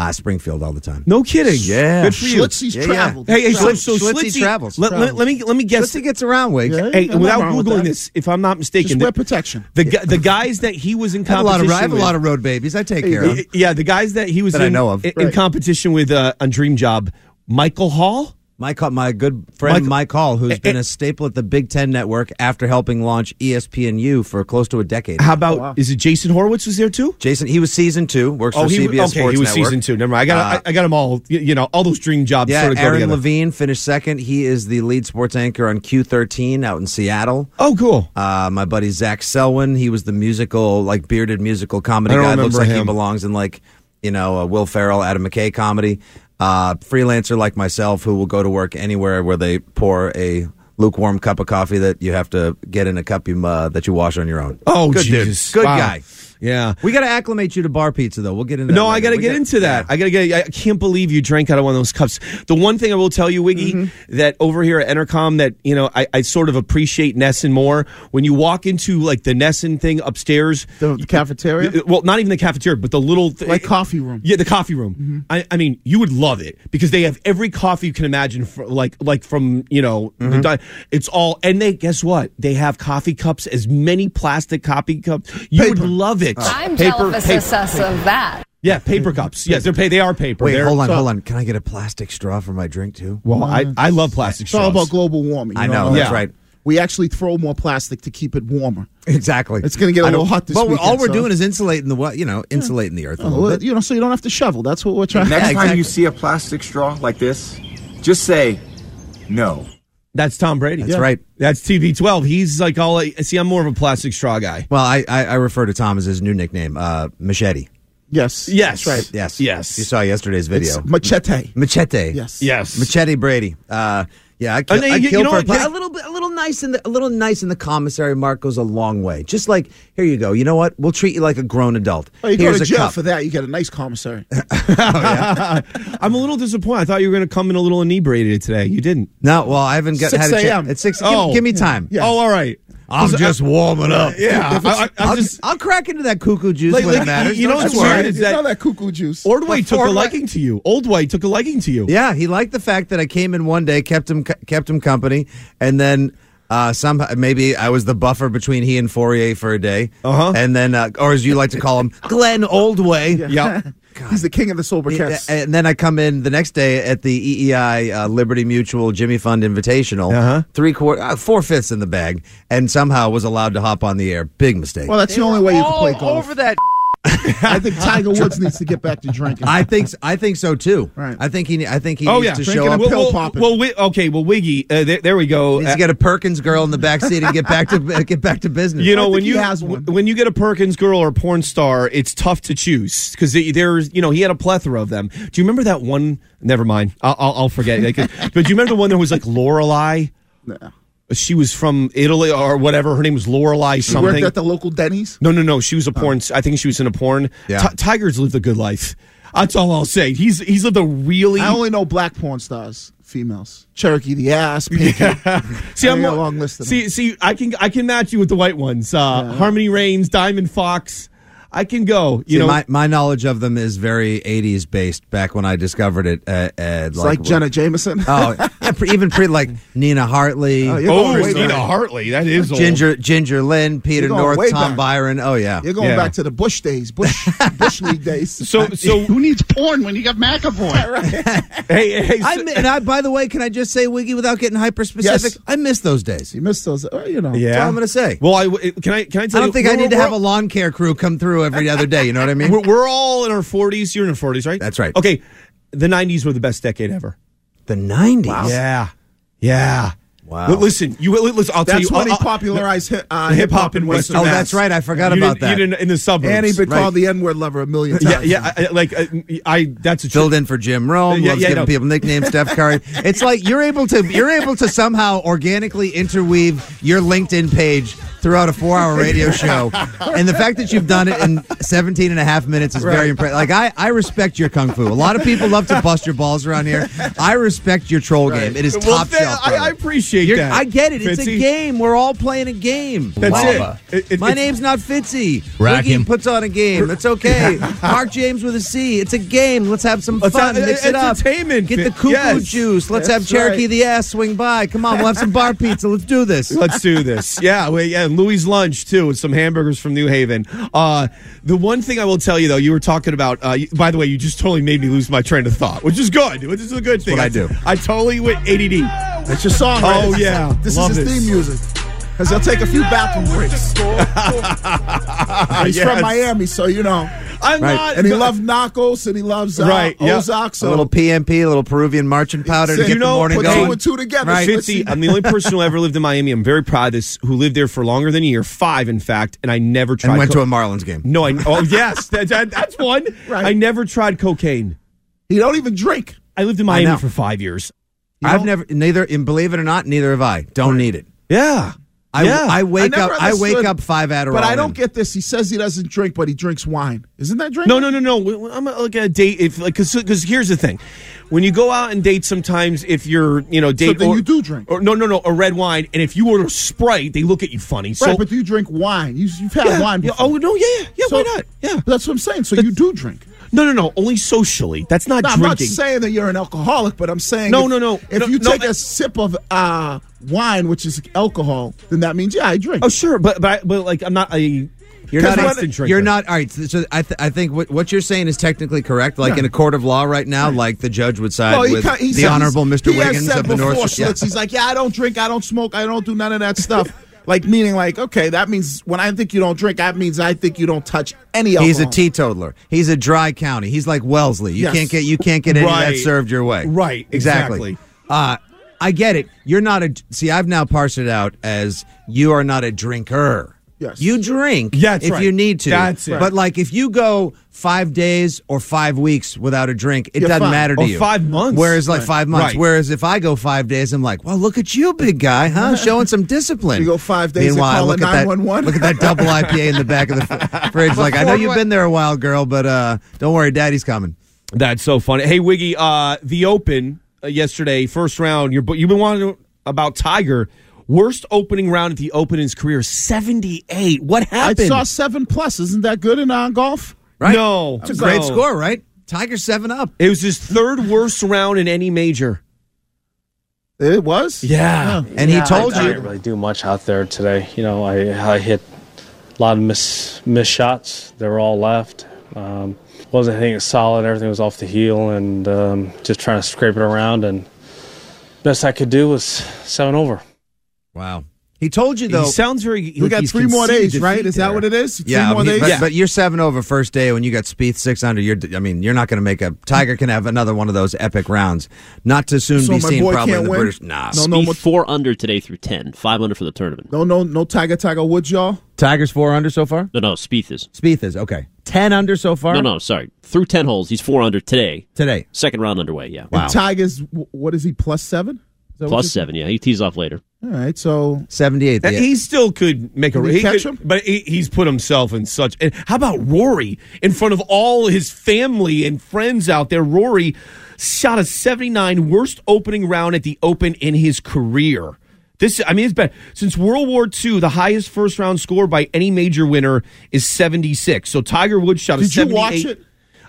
Speaker 8: uh, Springfield all the time.
Speaker 6: No kidding.
Speaker 8: Yeah.
Speaker 6: Good for you.
Speaker 3: Schlitzy's
Speaker 8: Yeah, yeah.
Speaker 3: traveled.
Speaker 6: Hey, hey so,
Speaker 8: Schlitz-
Speaker 6: so
Speaker 8: Schlitzy
Speaker 6: Schlitzy
Speaker 8: travels.
Speaker 6: Let, let, let me let me guess.
Speaker 8: Schlitzy gets around, Wig.
Speaker 3: Yeah.
Speaker 6: Hey,
Speaker 3: Nothing
Speaker 6: without
Speaker 3: wrong with
Speaker 6: googling
Speaker 3: that.
Speaker 6: this, if I'm not mistaken,
Speaker 3: Just wear
Speaker 6: the-
Speaker 3: protection.
Speaker 6: The gu- the guys that he was in
Speaker 8: I have a lot
Speaker 6: competition
Speaker 8: of, I have a
Speaker 6: with,
Speaker 8: lot of road babies. I take care of them.
Speaker 6: yeah, the guys that he was
Speaker 8: That I
Speaker 6: in,
Speaker 8: know of.
Speaker 6: in,
Speaker 8: Right.
Speaker 6: in competition with uh, on Dream Job, Michael Hall.
Speaker 8: My, call, my good friend
Speaker 6: Mike-
Speaker 8: Mike, Hall, who's
Speaker 6: Eh,
Speaker 8: been
Speaker 6: eh.
Speaker 8: a staple at the Big Ten Network after helping launch E ESPNU for close to a decade.
Speaker 6: How about is it Jason Horowitz was there too?
Speaker 8: Jason, he was season two, works for
Speaker 6: Oh, he
Speaker 8: CBS
Speaker 6: okay.
Speaker 8: Sports
Speaker 6: he was
Speaker 8: Network.
Speaker 6: season two. Never mind. I got
Speaker 8: Uh,
Speaker 6: I, I got them all. You, you know, all those Dream Jobs
Speaker 8: Yeah,
Speaker 6: sort of go
Speaker 8: Aaron
Speaker 6: together.
Speaker 8: Levine finished second. He is the lead sports anchor on Q13 out in Seattle.
Speaker 6: Oh, cool.
Speaker 8: Uh, my buddy Zach Selwyn, he was the musical, like bearded musical comedy
Speaker 6: I don't
Speaker 8: guy. Looks
Speaker 6: remember
Speaker 8: like he
Speaker 6: him.
Speaker 8: belongs in like you know a Will Ferrell, Adam McKay comedy. Uh, freelancer like myself, who will go to work anywhere where they pour a lukewarm cup of coffee that you have to get in a cup you, uh, that you wash on your own.
Speaker 6: Oh,
Speaker 8: good
Speaker 6: Jesus.
Speaker 8: dude, good
Speaker 6: Wow.
Speaker 8: guy.
Speaker 6: Yeah.
Speaker 8: We got to acclimate you to bar pizza, though. We'll get into that.
Speaker 6: No, I
Speaker 8: later.
Speaker 6: got to
Speaker 8: We
Speaker 6: get into that. I got to get. I can't believe you drank out of one of those cups. The one thing I will tell you, Wiggy,
Speaker 3: Mm-hmm.
Speaker 6: that over here at Entercom, that you know, I, I sort of appreciate Nesson more when you walk into like the Nesson thing upstairs,
Speaker 3: the, cafeteria.
Speaker 6: well, not even the cafeteria, but the little th-
Speaker 3: Like coffee room. Mm-hmm.
Speaker 6: Yeah, the coffee room. I, I mean, you would love it because they have every coffee you can imagine, for, like like from you know, the
Speaker 3: Mm-hmm.
Speaker 6: di- it's all. And they guess what? They have coffee cups, as many plastic coffee cups. You would love it.
Speaker 8: Uh,
Speaker 13: I'm
Speaker 6: Paper-
Speaker 13: jealous
Speaker 6: paper-
Speaker 13: of success of that.
Speaker 6: yeah, paper cups. Yes, they're pay. They are paper.
Speaker 8: Wait,
Speaker 6: They're-
Speaker 8: hold on,
Speaker 6: so-
Speaker 8: hold on. Can I get a plastic straw for my drink too?
Speaker 6: Well, I, I love plastic
Speaker 3: It's
Speaker 6: straws.
Speaker 3: all about global warming. you
Speaker 8: I know, that's
Speaker 3: Yeah.
Speaker 8: right.
Speaker 3: We actually throw more plastic to keep it warmer.
Speaker 8: Exactly.
Speaker 3: It's going to get a
Speaker 8: I know.
Speaker 3: little hot this
Speaker 8: But we-
Speaker 3: weekend.
Speaker 8: all we're
Speaker 3: so-
Speaker 8: doing is insulating the wa- you know insulating the earth a
Speaker 3: Oh,
Speaker 8: little
Speaker 3: well,
Speaker 8: bit.
Speaker 3: you know, so you don't have to shovel. That's what we're trying.
Speaker 5: Next time you see a plastic straw like this, just say no.
Speaker 6: That's Tom Brady.
Speaker 8: That's Yeah. right.
Speaker 6: That's TB12. He's like all. See, I'm more of a plastic straw guy.
Speaker 8: Well, I, I I refer to Tom as his new nickname, uh, Machete.
Speaker 3: Yes.
Speaker 6: Yes.
Speaker 3: That's right.
Speaker 8: Yes.
Speaker 6: Yes.
Speaker 8: You saw yesterday's video.
Speaker 3: It's machete.
Speaker 8: Machete.
Speaker 3: Yes.
Speaker 6: Yes.
Speaker 8: Machete Brady. Uh, yeah, I, kill,
Speaker 6: And then
Speaker 8: I
Speaker 6: you- you
Speaker 8: killed
Speaker 6: know
Speaker 8: for a,
Speaker 6: what,
Speaker 8: pla-
Speaker 6: Jack-
Speaker 8: a little bit, a little nice in the, a little nice in the commissary. Mark goes a long way. Just like here you go. You know what? We'll treat you like a grown adult.
Speaker 3: Oh, you go
Speaker 8: Here's
Speaker 3: to
Speaker 8: a
Speaker 3: jail
Speaker 8: cup.
Speaker 3: for that. You get a nice commissary.
Speaker 6: I'm a little disappointed. I thought you were going to come in a little inebriated today. You didn't.
Speaker 8: No, well, I haven't got, had a
Speaker 3: 6 a.m..
Speaker 8: chance. It's six.
Speaker 6: Oh.
Speaker 8: Give, give me time.
Speaker 3: Yeah.
Speaker 6: Oh, all right.
Speaker 8: I'm
Speaker 6: Listen,
Speaker 8: just
Speaker 6: I-
Speaker 8: warming up.
Speaker 6: Yeah, I, I,
Speaker 8: I'll,
Speaker 6: I'm just.
Speaker 8: I'll crack into that cuckoo juice
Speaker 6: Like-
Speaker 8: when
Speaker 6: like,
Speaker 8: it matters.
Speaker 6: you know
Speaker 8: Don't
Speaker 6: what's
Speaker 8: you worry.
Speaker 6: weird is
Speaker 3: you know
Speaker 6: that-
Speaker 3: that cuckoo juice.
Speaker 6: Ordway took a
Speaker 8: Ordway-
Speaker 6: liking to you. Oldway took a liking to you.
Speaker 8: Yeah, he liked the fact that I came in one day, kept him kept him company, and then uh, somehow maybe I was the buffer between he and Fourier for a day,
Speaker 6: Uh-huh.
Speaker 8: and then uh, or as you like to call him, Glenn Oldway.
Speaker 6: Yeah.
Speaker 3: He's the king of the sober
Speaker 8: Yeah,
Speaker 3: cats.
Speaker 8: And then I come in the next day at the EEI uh, Liberty Mutual Jimmy Fund Invitational,
Speaker 6: Uh-huh.
Speaker 8: three quarter, uh, four fifths in the bag, and somehow was allowed to hop on the air. Big mistake.
Speaker 3: Well, that's the only way you can play
Speaker 10: All
Speaker 3: golf.
Speaker 10: over that.
Speaker 3: I think Tiger Woods needs to get back to drinking.
Speaker 8: I think I think so too.
Speaker 3: Right.
Speaker 8: I think he I think he
Speaker 6: Oh
Speaker 8: needs
Speaker 6: yeah.
Speaker 8: to
Speaker 3: Drinking
Speaker 8: show up.
Speaker 3: a
Speaker 6: well,
Speaker 3: pill
Speaker 6: well,
Speaker 3: popping.
Speaker 6: well, wi- okay. Well, Wiggy. Uh, there, there we go.
Speaker 8: Needs
Speaker 6: Uh,
Speaker 8: to get a Perkins girl in the back seat and get back to get back to business.
Speaker 6: you know when
Speaker 3: he
Speaker 6: you
Speaker 3: has one.
Speaker 6: when you get a Perkins girl or a porn star, it's tough to choose because there's you know he had a plethora of them. Do you remember that one? Never mind, I'll, I'll, I'll forget. Like, but do you remember the one that was like Lorelai? She was from Italy or whatever. Her name was Lorelai
Speaker 3: He worked
Speaker 6: something.
Speaker 3: at the local Denny's. Oh.
Speaker 6: no, no, no. She was a porn. I think she was in a porn.
Speaker 8: Yeah.
Speaker 6: Ti- Tigers lived a good life. That's all I'll say. He's he's lived a really.
Speaker 3: I only know black porn stars, females. Cherokee the ass, Pinky.
Speaker 6: See,
Speaker 3: I
Speaker 6: I'm
Speaker 3: got a
Speaker 6: more-
Speaker 3: long list of
Speaker 6: see,
Speaker 3: them.
Speaker 6: see, I can I can match you with the white ones. Uh, Harmony Reigns, Diamond Fox. I can go. You
Speaker 8: See,
Speaker 6: know,
Speaker 8: my, my knowledge of them is very 80s based back when I discovered it. Uh, uh,
Speaker 3: It's like Jenna Jameson.
Speaker 8: Oh, yeah, pre- even pre like Nina Hartley,
Speaker 3: Oh, you're
Speaker 6: Oh,
Speaker 3: going way
Speaker 6: Nina
Speaker 3: back.
Speaker 6: Hartley. That is old.
Speaker 8: Ginger Ginger Lynn,
Speaker 3: You're
Speaker 8: Peter
Speaker 3: going
Speaker 8: North,
Speaker 3: way
Speaker 8: Tom
Speaker 3: back.
Speaker 8: Byron. Oh, yeah.
Speaker 3: You're going
Speaker 6: Yeah.
Speaker 3: back to the Bush days, Bush Bush League days.
Speaker 6: So- so-
Speaker 3: who needs porn when you got McAvoy?
Speaker 6: Hey, hey,
Speaker 8: I
Speaker 6: so-
Speaker 8: mi- and I, by the way, can I just say, Wiggy, without getting hyper specific?
Speaker 3: Yes.
Speaker 8: I miss those days.
Speaker 3: you missed those, uh, you know.
Speaker 8: That's all I'm going to say.
Speaker 6: well, I w- can I can I
Speaker 8: I
Speaker 6: tell you?
Speaker 8: don't think I
Speaker 6: we're-
Speaker 8: need to
Speaker 6: we're-
Speaker 8: have a lawn care crew come through every other day. You know what I mean?
Speaker 6: We're, we're all in our forties. You're in your forties, right?
Speaker 8: That's right.
Speaker 6: Okay, the '90s were the best decade ever.
Speaker 8: the 90s.
Speaker 6: Yeah, yeah.
Speaker 8: Wow.
Speaker 6: Li- listen, you li- listen. I'll tell you.
Speaker 3: That's when
Speaker 6: I'll-
Speaker 3: he
Speaker 6: I'll-
Speaker 3: popularized hip uh,
Speaker 6: the hip hop
Speaker 3: in
Speaker 6: in Western.
Speaker 8: Oh,
Speaker 6: Mass.
Speaker 8: that's right. I forgot
Speaker 6: You
Speaker 8: about
Speaker 6: didn't-
Speaker 8: that.
Speaker 6: You didn't in the suburbs.
Speaker 3: And he's been
Speaker 8: Right.
Speaker 3: called the N word lover a million
Speaker 6: yeah,
Speaker 3: times.
Speaker 6: yeah. I, I- like I, I that's a
Speaker 8: filled in for Jim Rome.
Speaker 6: Yeah,
Speaker 8: loves
Speaker 6: yeah,
Speaker 8: giving
Speaker 6: no.
Speaker 8: people nicknames. Steph Curry. It's like you're able to you're able to somehow organically interweave your LinkedIn page throughout a four hour radio show, and the fact that you've done it in 17 and a half minutes is very impressive. Like I, I respect your kung fu. A lot of people love to bust your balls around here. I respect your troll game. It is
Speaker 6: Well,
Speaker 8: top
Speaker 6: thank-
Speaker 8: shelf.
Speaker 6: I-
Speaker 8: brother.
Speaker 6: I appreciate
Speaker 8: You're-
Speaker 6: that,
Speaker 8: I get it. It's
Speaker 6: Fitzy.
Speaker 8: a game. We're all playing a game.
Speaker 6: That's
Speaker 8: Lava.
Speaker 6: it. It- it-
Speaker 8: My
Speaker 6: it's-
Speaker 8: name's not Fitzy.
Speaker 9: Rack
Speaker 8: Wiggy
Speaker 9: him.
Speaker 8: puts on a game. It's okay. Mark James with a C. It's a game. Let's have some
Speaker 6: Let's
Speaker 8: fun.
Speaker 6: have-
Speaker 8: Mix
Speaker 6: uh,
Speaker 8: it up.
Speaker 6: entertainment.
Speaker 8: Get the cuckoo
Speaker 6: Yes.
Speaker 8: juice. Let's
Speaker 3: That's
Speaker 8: have Cherokee
Speaker 3: right.
Speaker 8: the ass swing by. Come on, we'll have some bar pizza. Let's do this.
Speaker 6: Let's do this. Yeah, well, yeah. And Louis lunch too, with some hamburgers from New Haven. Uh, the one thing I will tell you though, you were talking about. Uh, you- by the way, you just totally made me lose my train of thought, which is good. Which is a good thing.
Speaker 8: what I do.
Speaker 6: I totally went ADD.
Speaker 3: That's your song, right?
Speaker 6: Oh,
Speaker 3: This is-
Speaker 6: yeah.
Speaker 3: This
Speaker 6: Love
Speaker 3: is his
Speaker 6: this.
Speaker 3: theme music. Because he'll take a few bathroom breaks. He's
Speaker 6: Yes.
Speaker 3: from Miami, so you know.
Speaker 6: I'm
Speaker 8: Right.
Speaker 6: not.
Speaker 3: And he loves Narcos and he loves uh,
Speaker 6: Right, yeah.
Speaker 3: Ozark.
Speaker 8: A
Speaker 3: So
Speaker 8: little PMP, a little Peruvian marching powder to
Speaker 3: So
Speaker 8: get
Speaker 6: you know,
Speaker 8: the morning
Speaker 3: put
Speaker 6: Hey,
Speaker 8: going.
Speaker 3: two and two together.
Speaker 8: Right.
Speaker 3: Let's see.
Speaker 6: Fitzy, I'm the only person who ever lived in Miami. I'm very proud of this. Who lived there for longer than a year, five in fact, and I never tried.
Speaker 8: and went
Speaker 6: co-
Speaker 8: to a Marlins game.
Speaker 6: no, I. Oh yes, that, that- that's one.
Speaker 3: Right.
Speaker 6: I never tried cocaine.
Speaker 3: he don't even drink.
Speaker 6: I lived in
Speaker 8: know.
Speaker 6: Miami for five years.
Speaker 8: I've never, neither, and believe it or not, neither have I. Don't need it.
Speaker 6: Yeah.
Speaker 8: I, I wake
Speaker 3: never
Speaker 8: up. I wake
Speaker 3: understood-
Speaker 8: up five Adderall.
Speaker 3: But I
Speaker 8: in.
Speaker 3: don't get this. He says he doesn't drink, but he drinks wine. Isn't that drink?
Speaker 6: No, no, no, no. When- when I'm uh, like a date. If like, cause, 'cause here's the thing, when you go out and date, sometimes if you're, you know, date,
Speaker 3: then
Speaker 6: or,
Speaker 3: you do drink.
Speaker 6: or no, no, no, a red wine, and if you order Sprite, they look at you funny. So
Speaker 3: right, but you drink wine. You, you've had
Speaker 6: Yeah,
Speaker 3: wine.
Speaker 6: yeah,
Speaker 3: Before.
Speaker 6: oh, no, yeah, yeah, yeah, why not? Yeah,
Speaker 3: that's what I'm saying. So you do drink.
Speaker 6: no, no, no, only socially. That's not
Speaker 3: No, I'm not
Speaker 6: drinking.
Speaker 3: saying that you're an alcoholic, but I'm saying
Speaker 6: No,
Speaker 3: if,
Speaker 6: no, no.
Speaker 3: If
Speaker 6: No,
Speaker 3: you
Speaker 6: no,
Speaker 3: take
Speaker 6: I-
Speaker 3: a sip of uh, wine, which is alcohol, then that means yeah, I drink.
Speaker 6: oh, sure, but but, I, but like I'm not a.
Speaker 8: You're not.
Speaker 6: constant drinker.
Speaker 8: You're not. All right. So, so I, th- I think what, what you're saying is technically correct. Like
Speaker 3: Yeah.
Speaker 8: in a court of law right now, like the judge would side
Speaker 3: Well,
Speaker 8: with
Speaker 3: ca-
Speaker 8: the
Speaker 3: said-
Speaker 8: honorable
Speaker 3: he's-
Speaker 8: Mr.
Speaker 3: he has
Speaker 8: Wiggins
Speaker 3: said
Speaker 8: of the
Speaker 3: before,
Speaker 8: North.
Speaker 3: Schlitz, He's like, yeah, I don't drink, I don't smoke, I don't do none of that stuff. like meaning, like, okay, that means when I think you don't drink, that means I think you don't touch any alcohol.
Speaker 8: He's a teetotaler. He's a dry county. He's like Wellesley. You
Speaker 3: Yes.
Speaker 8: can't get you can't get any of
Speaker 6: Right.
Speaker 8: that served your way.
Speaker 6: Right,
Speaker 8: Exactly.
Speaker 6: exactly.
Speaker 8: Uh, I get it. You're not a see. I've now parsed it out as you are not a drinker.
Speaker 3: Yes.
Speaker 8: You drink
Speaker 6: Yeah, that's
Speaker 8: if
Speaker 6: right.
Speaker 8: you need to.
Speaker 6: That's it.
Speaker 8: But like if you go five days or five weeks without a drink, it
Speaker 3: You're
Speaker 8: doesn't
Speaker 3: fine. Oh,
Speaker 8: matter to
Speaker 6: Or
Speaker 8: you.
Speaker 6: five months.
Speaker 8: Whereas like
Speaker 6: Right.
Speaker 8: five months.
Speaker 6: Right.
Speaker 8: Whereas if I go five days, I'm like, well, look at you, big guy, huh? Showing some discipline.
Speaker 3: You go five days and
Speaker 8: Meanwhile,
Speaker 3: call
Speaker 8: look
Speaker 3: it
Speaker 8: at that.
Speaker 3: 911?
Speaker 8: Look at that double IPA in the back of the fr- fridge. Like I know
Speaker 10: Before
Speaker 8: you've
Speaker 10: what-
Speaker 8: been there a while, girl, but uh, don't worry, daddy's coming.
Speaker 6: That's so funny. Hey, Wiggy, uh, the Open uh, yesterday, first round. You're, you've been wanting to- about Tiger. Worst opening round at the Open in his career, 78. What
Speaker 3: I
Speaker 6: happened?
Speaker 3: saw seven plus. Isn't that good in uh, golf?
Speaker 8: Right?
Speaker 6: No.
Speaker 8: it's a great
Speaker 6: No.
Speaker 8: score, right? Tiger seven up.
Speaker 6: It was his third worst round in any major.
Speaker 3: It was.
Speaker 6: Yeah.
Speaker 8: And he told
Speaker 13: I didn't
Speaker 8: you
Speaker 13: really do much out there today. You know, I, I hit a lot of miss missed shots. They were all left. Um, wasn't hitting it solid. Everything was off the heel, and um, just trying to scrape it around. And best I could do was seven over.
Speaker 8: Wow. He told you though.
Speaker 6: he sounds very.
Speaker 3: We got three more days, right? Is that what it is? Three
Speaker 8: yeah, I
Speaker 3: more
Speaker 8: mean,
Speaker 3: days.
Speaker 8: but, but you're seven over first day when you got Spieth six under. You're, I mean, you're not going to make a Tiger can have another one of those epic rounds. Not to soon
Speaker 3: So
Speaker 8: be
Speaker 3: my
Speaker 8: seen,
Speaker 3: boy
Speaker 8: probably
Speaker 3: can't
Speaker 8: in the
Speaker 3: win?
Speaker 8: British. Nah,
Speaker 3: No,
Speaker 11: Speed
Speaker 3: no, what-
Speaker 11: four under today through 10, five under for the tournament.
Speaker 3: No, no, no. Tiger, Tiger Woods, y'all.
Speaker 8: Tiger's four under so far.
Speaker 11: No, no, Spieth is.
Speaker 8: Spieth is okay, ten under so far.
Speaker 11: No, no, sorry. Through 10 holes, he's four under today.
Speaker 8: today.
Speaker 11: Second round underway, yeah.
Speaker 8: Wow.
Speaker 3: Tiger's wh- what is he plus seven? Is that what
Speaker 11: Plus
Speaker 3: you-
Speaker 11: seven, yeah. He tees off later.
Speaker 3: All right, so
Speaker 8: 78th.
Speaker 6: Uh,
Speaker 8: yeah.
Speaker 6: He still could make a
Speaker 3: Did he
Speaker 6: he
Speaker 3: catch
Speaker 6: could-
Speaker 3: him?
Speaker 6: but he, he's put himself in such. And how about Rory in front of all his family and friends out there? Rory shot a 79, worst opening round at the Open in his career. This, I mean, it's bad. Since World War II, the highest first round score by any major winner is 76. So Tiger Woods shot a
Speaker 3: Did you
Speaker 6: 78.
Speaker 3: watch it?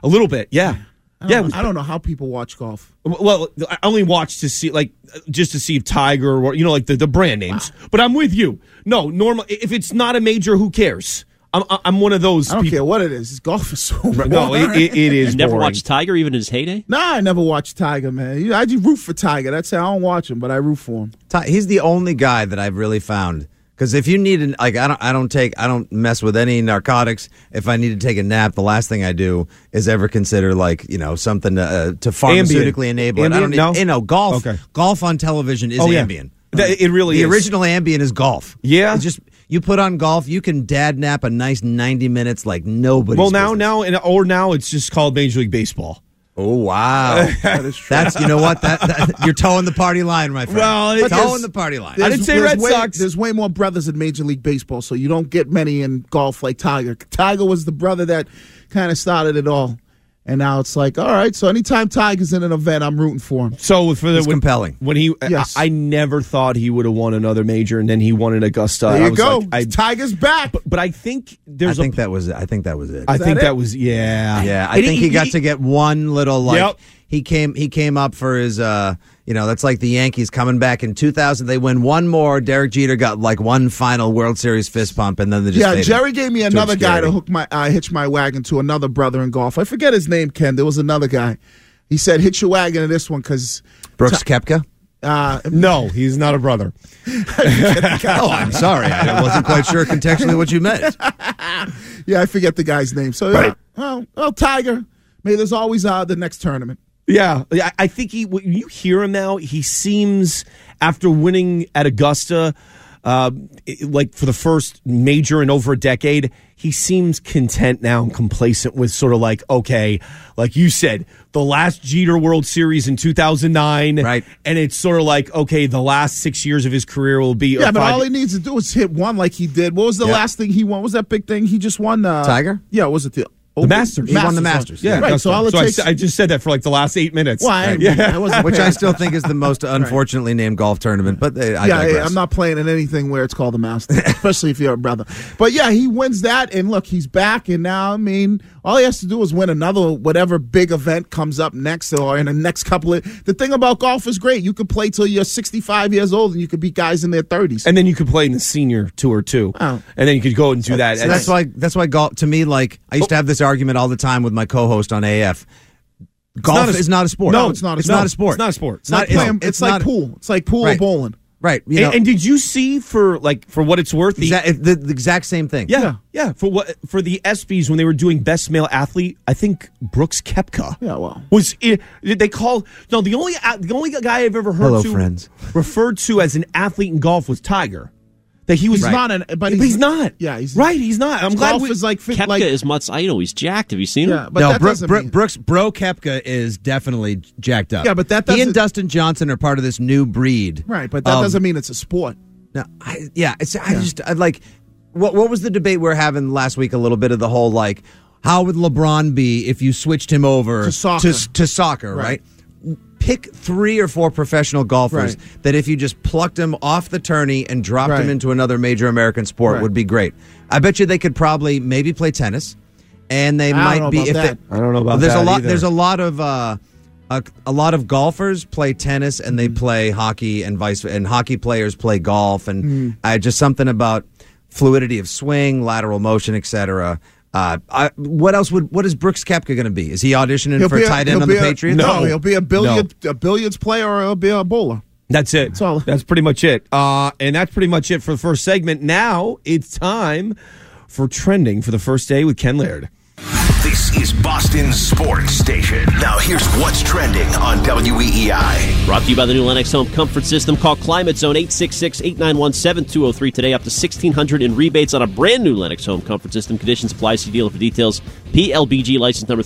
Speaker 6: A little bit, yeah.
Speaker 3: I
Speaker 6: yeah, it
Speaker 3: don't,
Speaker 6: was
Speaker 3: know, I don't know how people watch golf.
Speaker 6: well, I only watched to see, like, just to see if Tiger or you know, like the, the brand names. But I'm with you. No, normal. If it's not a major, who cares? I'm I'm one of those.
Speaker 3: I don't
Speaker 6: people.
Speaker 3: care what it is. Golf is so boring.
Speaker 6: No, it, it, it is.
Speaker 11: You never
Speaker 6: boring.
Speaker 11: watched Tiger even in his heyday?
Speaker 3: Nah, I never watched Tiger, man. You- I just root for Tiger. That's how I don't watch him, but I root for him.
Speaker 8: Ty- he's the only guy that I've really found. Because if you need an like, I don't, I don't take, I don't mess with any narcotics. If I need to take a nap, the last thing I do is ever consider like you know something to, uh, to pharmaceutically enable it. I don't
Speaker 6: Ambien? No?
Speaker 8: you know golf.
Speaker 6: Okay.
Speaker 8: Golf on television is
Speaker 6: Oh, yeah.
Speaker 8: Ambien.
Speaker 6: That- it really
Speaker 8: the
Speaker 6: is.
Speaker 8: original Ambien is golf.
Speaker 6: Yeah.
Speaker 8: It's just you put on golf, you can dad nap a nice ninety minutes like nobody.
Speaker 6: Well, now, now, and or now, it's just called Major League Baseball.
Speaker 8: Oh wow, that is That's you know what that, that- you're towing the party line, my friend.
Speaker 6: Well, it-
Speaker 8: towing the party line.
Speaker 6: I didn't say
Speaker 3: there's
Speaker 6: Red
Speaker 3: way,
Speaker 6: Sox.
Speaker 3: There's way more brothers in Major League Baseball, so you don't get many in golf like Tiger. Tiger was the brother that kind of started it all. And now it's like, all right, so anytime Tiger's in an event, I'm rooting for him.
Speaker 6: So for the
Speaker 8: It's
Speaker 6: when,
Speaker 8: compelling.
Speaker 6: when he, uh,
Speaker 3: Yes.
Speaker 6: I, I never thought he would have won another major, and then he won in Augusta.
Speaker 3: There
Speaker 6: I
Speaker 3: you
Speaker 6: was
Speaker 3: go.
Speaker 6: like, I-
Speaker 3: Tiger's back.
Speaker 6: but I think
Speaker 8: I
Speaker 6: there's a
Speaker 8: think that was it. I think that was it.
Speaker 6: I
Speaker 3: that
Speaker 6: think
Speaker 3: it?
Speaker 6: that was yeah
Speaker 8: Yeah, I
Speaker 6: And
Speaker 8: think he got to get one little like
Speaker 6: Yep.
Speaker 8: he came he came up for his uh you know that's like the Yankees coming back in 2000 they win one more Derek Jeter got like one final World Series fist pump and then they just
Speaker 3: Yeah,
Speaker 8: faded
Speaker 3: Jerry gave me
Speaker 8: to
Speaker 3: another guy to
Speaker 8: obscurity.
Speaker 3: hook my uh, hitch my wagon to another brother in golf. I forget his name, Ken. There was another guy. He said, "Hitch your wagon to this one because
Speaker 8: Brooks Kepka.
Speaker 3: uh,
Speaker 6: No, he's not a brother.
Speaker 8: oh, I'm sorry, I wasn't quite sure contextually what you meant.
Speaker 3: yeah, I forget the guy's name." So, yeah. well, well, Tiger. May there's always uh, the next tournament.
Speaker 6: Yeah, I- I think he. When you hear him now, he seems after winning at Augusta. uh, it- like for the first major in over a decade, he seems content now and complacent with sort of like, okay, like you said, the last Jeter World Series in 2009. Right. And it's sort of like, okay, the last six years of his career will be. or
Speaker 3: Yeah, but
Speaker 6: five-
Speaker 3: all he needs to do is hit one like he did. What was the
Speaker 6: Yeah.
Speaker 3: last thing he won? What was that big thing he just won? Uh,
Speaker 6: Tiger?
Speaker 3: Yeah, was it the,
Speaker 6: the Masters. Yeah,
Speaker 3: Yeah, right. So all it
Speaker 6: I
Speaker 3: takes.
Speaker 6: s- I, just said that for like the last eight minutes.
Speaker 3: Well, I-
Speaker 6: Right.
Speaker 3: I wasn't
Speaker 8: which I
Speaker 3: paying
Speaker 8: still think is the most unfortunately named golf tournament. But uh, I
Speaker 3: yeah, hey,
Speaker 8: digress.
Speaker 3: I'm not playing in anything where it's called the Masters, especially if you're a brother. But yeah, he wins that, and look, he's back, and now I mean, all he has to do is win another whatever big event comes up next, or in the next couple of. The thing about golf is great; you could play till you're 65 years old, and you could beat guys in their 30s.
Speaker 6: And then you could play in the senior tour too.
Speaker 3: Oh.
Speaker 6: And then you could go and do that.
Speaker 8: So that's why that's why golf to me like I used to have this argument all the time with my co-host on AF. Golf
Speaker 6: not a-
Speaker 8: is not a sport.
Speaker 6: No, it's not a
Speaker 8: it's
Speaker 6: sport.
Speaker 8: Not a sport.
Speaker 6: It's not a sport.
Speaker 3: It's, like, playing, it's, like
Speaker 8: not-
Speaker 3: pool. It's like pool or
Speaker 8: Right.
Speaker 3: bowling.
Speaker 8: Right. You
Speaker 6: And-
Speaker 8: know,
Speaker 6: and, did you see for like for what it's worth the
Speaker 8: Exact- the, the exact same thing?
Speaker 6: Yeah, yeah, For what for the ESPYS when they were doing best male athlete, I think Brooks Kepka.
Speaker 3: Yeah, well,
Speaker 6: was i- did they call no the only a- the only guy I've ever heard
Speaker 8: Hello,
Speaker 6: to-
Speaker 8: friends.
Speaker 6: referred to as an athlete in golf was Tiger. That he was
Speaker 3: He's not an- but he's-
Speaker 6: not.
Speaker 3: Yeah, he's
Speaker 6: right. He's not. I'm glad
Speaker 3: Golf
Speaker 6: we,
Speaker 3: is like
Speaker 11: Kepka is Matsaido. He's jacked. Have you seen him?
Speaker 8: no, Bro- Bro- Brooks Bro Kepka is definitely jacked up.
Speaker 3: Yeah, but that
Speaker 8: he and
Speaker 3: doesn't-
Speaker 8: Dustin Johnson are part of this new breed.
Speaker 3: Right, but that
Speaker 8: of-
Speaker 3: doesn't mean it's a sport.
Speaker 8: No, I, yeah, it's, I just I, like what what was the debate we were having last week? A little bit of the whole like, how would LeBron be if you switched him over
Speaker 3: To soccer.
Speaker 8: To, to soccer,
Speaker 3: Right.
Speaker 8: right? Pick three or four professional golfers that if you just plucked him off the tourney and dropped him
Speaker 3: Right.
Speaker 8: into another major American sport
Speaker 3: Right.
Speaker 8: would be great. I bet you they could probably maybe play tennis, and
Speaker 3: I
Speaker 8: they
Speaker 3: don't
Speaker 8: might
Speaker 3: know
Speaker 8: be
Speaker 3: about
Speaker 8: if
Speaker 3: that.
Speaker 8: They,
Speaker 6: I don't know about
Speaker 8: there's
Speaker 6: that
Speaker 8: a lot.
Speaker 6: either.
Speaker 8: There's a lot of. Uh, a, a lot of golfers play tennis and
Speaker 3: Mm-hmm.
Speaker 8: they play hockey and vice and hockey players play golf and
Speaker 3: Mm-hmm.
Speaker 8: uh, just something about fluidity of swing, lateral motion, etc. Uh, I, what else would what is Brooks Koepka going to be? Is he auditioning for
Speaker 3: be a-
Speaker 8: tight end
Speaker 3: he'll
Speaker 8: on the
Speaker 3: be a-
Speaker 8: Patriots?
Speaker 3: No, he'll be a billiard, a billiards player, or he'll be a bowler.
Speaker 6: That's it. That's all. That's pretty much it. Uh, and that's pretty much it for the first segment. Now it's time for trending for the first day with Ken Laird.
Speaker 2: This is Boston Sports Station. Now here's what's trending on E WEEI.
Speaker 11: Brought to you by the new Lennox Home Comfort System. Call Climate Zone 866 891 7203 today. Up to 1600 in rebates on a brand new Lennox Home Comfort System. Conditions apply. See dealer for details. PLBG license number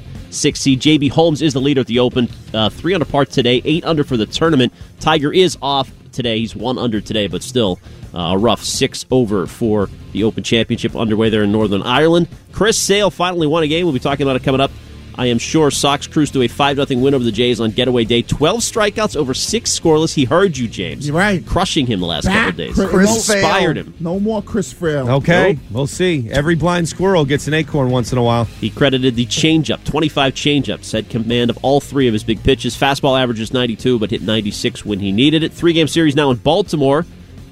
Speaker 11: 3316C. JB Holmes is the leader at the Open. Uh, three under par today, eight under for the tournament. Tiger is off today. He's one under today, but still uh, a rough six over for the Open Championship underway there in Northern Ireland. Chris Sale finally won a game. We'll be talking about it coming up. I am sure Sox cruised to a 5 0 win over the Jays on getaway day. 12 strikeouts over six scoreless. He heard you, James. You're
Speaker 3: right.
Speaker 11: Crushing him the last couple of days.
Speaker 3: Frail.
Speaker 11: Inspired him.
Speaker 3: No more Chris Frail.
Speaker 6: Okay,
Speaker 11: Nope.
Speaker 6: we'll see. Every blind squirrel gets an acorn once in a while.
Speaker 11: He credited the changeup, 25 changeups, had command of all three of his big pitches. Fastball averages 92, but hit 96 when he needed it. Three game series now in Baltimore.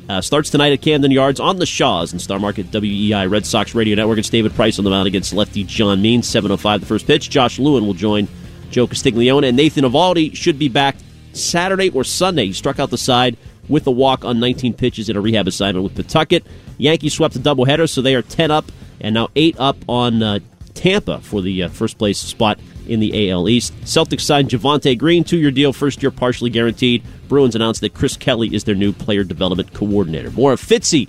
Speaker 11: Uh, starts tonight at Camden Yards on the Shaws and Star Market WEI Red Sox Radio Network. It's David Price on the mound against lefty John Means. 7.05 the first pitch. Josh Lewin will join Joe Castiglione. And Nathan Avaldi should be back Saturday or Sunday. He struck out the side with a walk on 19 pitches in a rehab assignment with Pawtucket. Yankees swept a doubleheader, so they are 10 up and now 8 up on uh, Tampa for the uh, first place spot in the AL East. Celtics signed Javante Green, two year deal, first year partially guaranteed. Bruins announced that Chris Kelly is their new player development coordinator. More of Fitzy,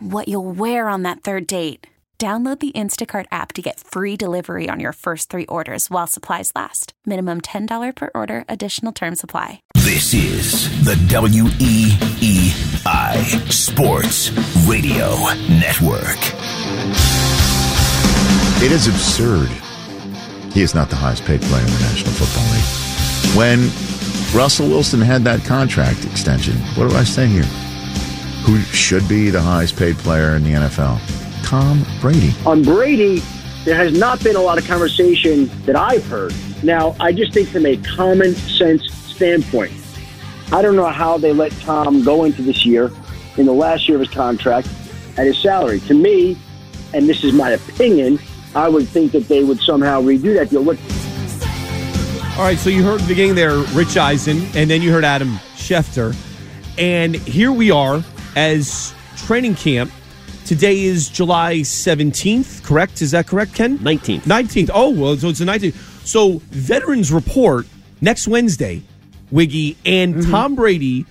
Speaker 1: what you'll wear on that third date. Download the Instacart app to get free delivery on your first three orders while supplies last. Minimum $10 per order, additional term supply.
Speaker 2: This is the WEEI Sports Radio Network.
Speaker 14: It is absurd. He is not the highest paid player in the National Football League. When Russell Wilson had that contract extension, what do I say here? Who should be the highest paid player in the NFL? Tom Brady.
Speaker 15: On Brady, there has not been a lot of conversation that I've heard. Now, I just think from a common sense standpoint, I don't know how they let Tom go into this year, in the last year of his contract, at his salary. To me, and this is my opinion, I would think that they would somehow redo that deal. What
Speaker 6: All right, so you heard at the beginning there Rich Eisen, and then you heard Adam Schefter. And here we are as training camp. Today is July 17th, correct? Is that correct, Ken?
Speaker 11: 19th.
Speaker 6: 19th. Oh, well, so it's the 19th. So, Veterans Report next Wednesday, Wiggy, and Tom Brady,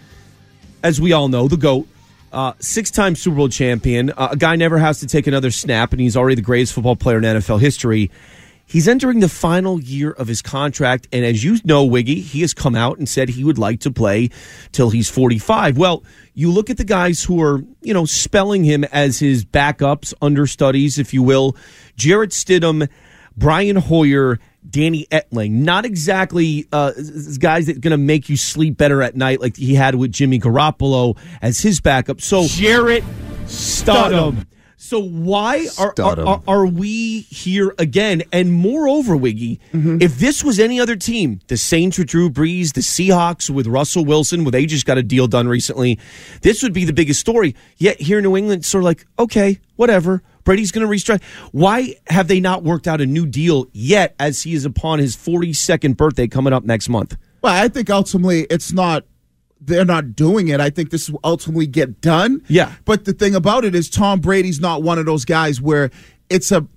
Speaker 6: as we all know, the GOAT. Uh, six-time Super Bowl champion, uh, a guy never has to take another snap, and he's already the greatest football player in NFL history. He's entering the final year of his contract, and as you know, Wiggy, he has come out and said he would like to play till he's 45. Well, you look at the guys who are, you know, spelling him as his backups, understudies, if you will. Jarrett Stidham, Brian Hoyer, Danny Etling. Not exactly uh, s- guys that going to make you sleep better at night like he had with Jimmy Garoppolo as his backup. So Jarrett Studham. So why are, are,
Speaker 16: Studham.
Speaker 6: are are we here again? And moreover, Wiggy, if this was any other team, the Saints with Drew Brees, the Seahawks with Russell Wilson, well, they just got a deal done recently, this would be the biggest story. Yet here in New England, it's sort of like, okay, whatever. Brady's going to restructure. Why have they not worked out a new deal yet as he is upon his 42nd birthday coming up next month?
Speaker 3: Well, I think ultimately it's not they're not doing it. I think this will ultimately get done.
Speaker 6: Yeah.
Speaker 3: But the thing about it is Tom Brady's not one of those guys where it's a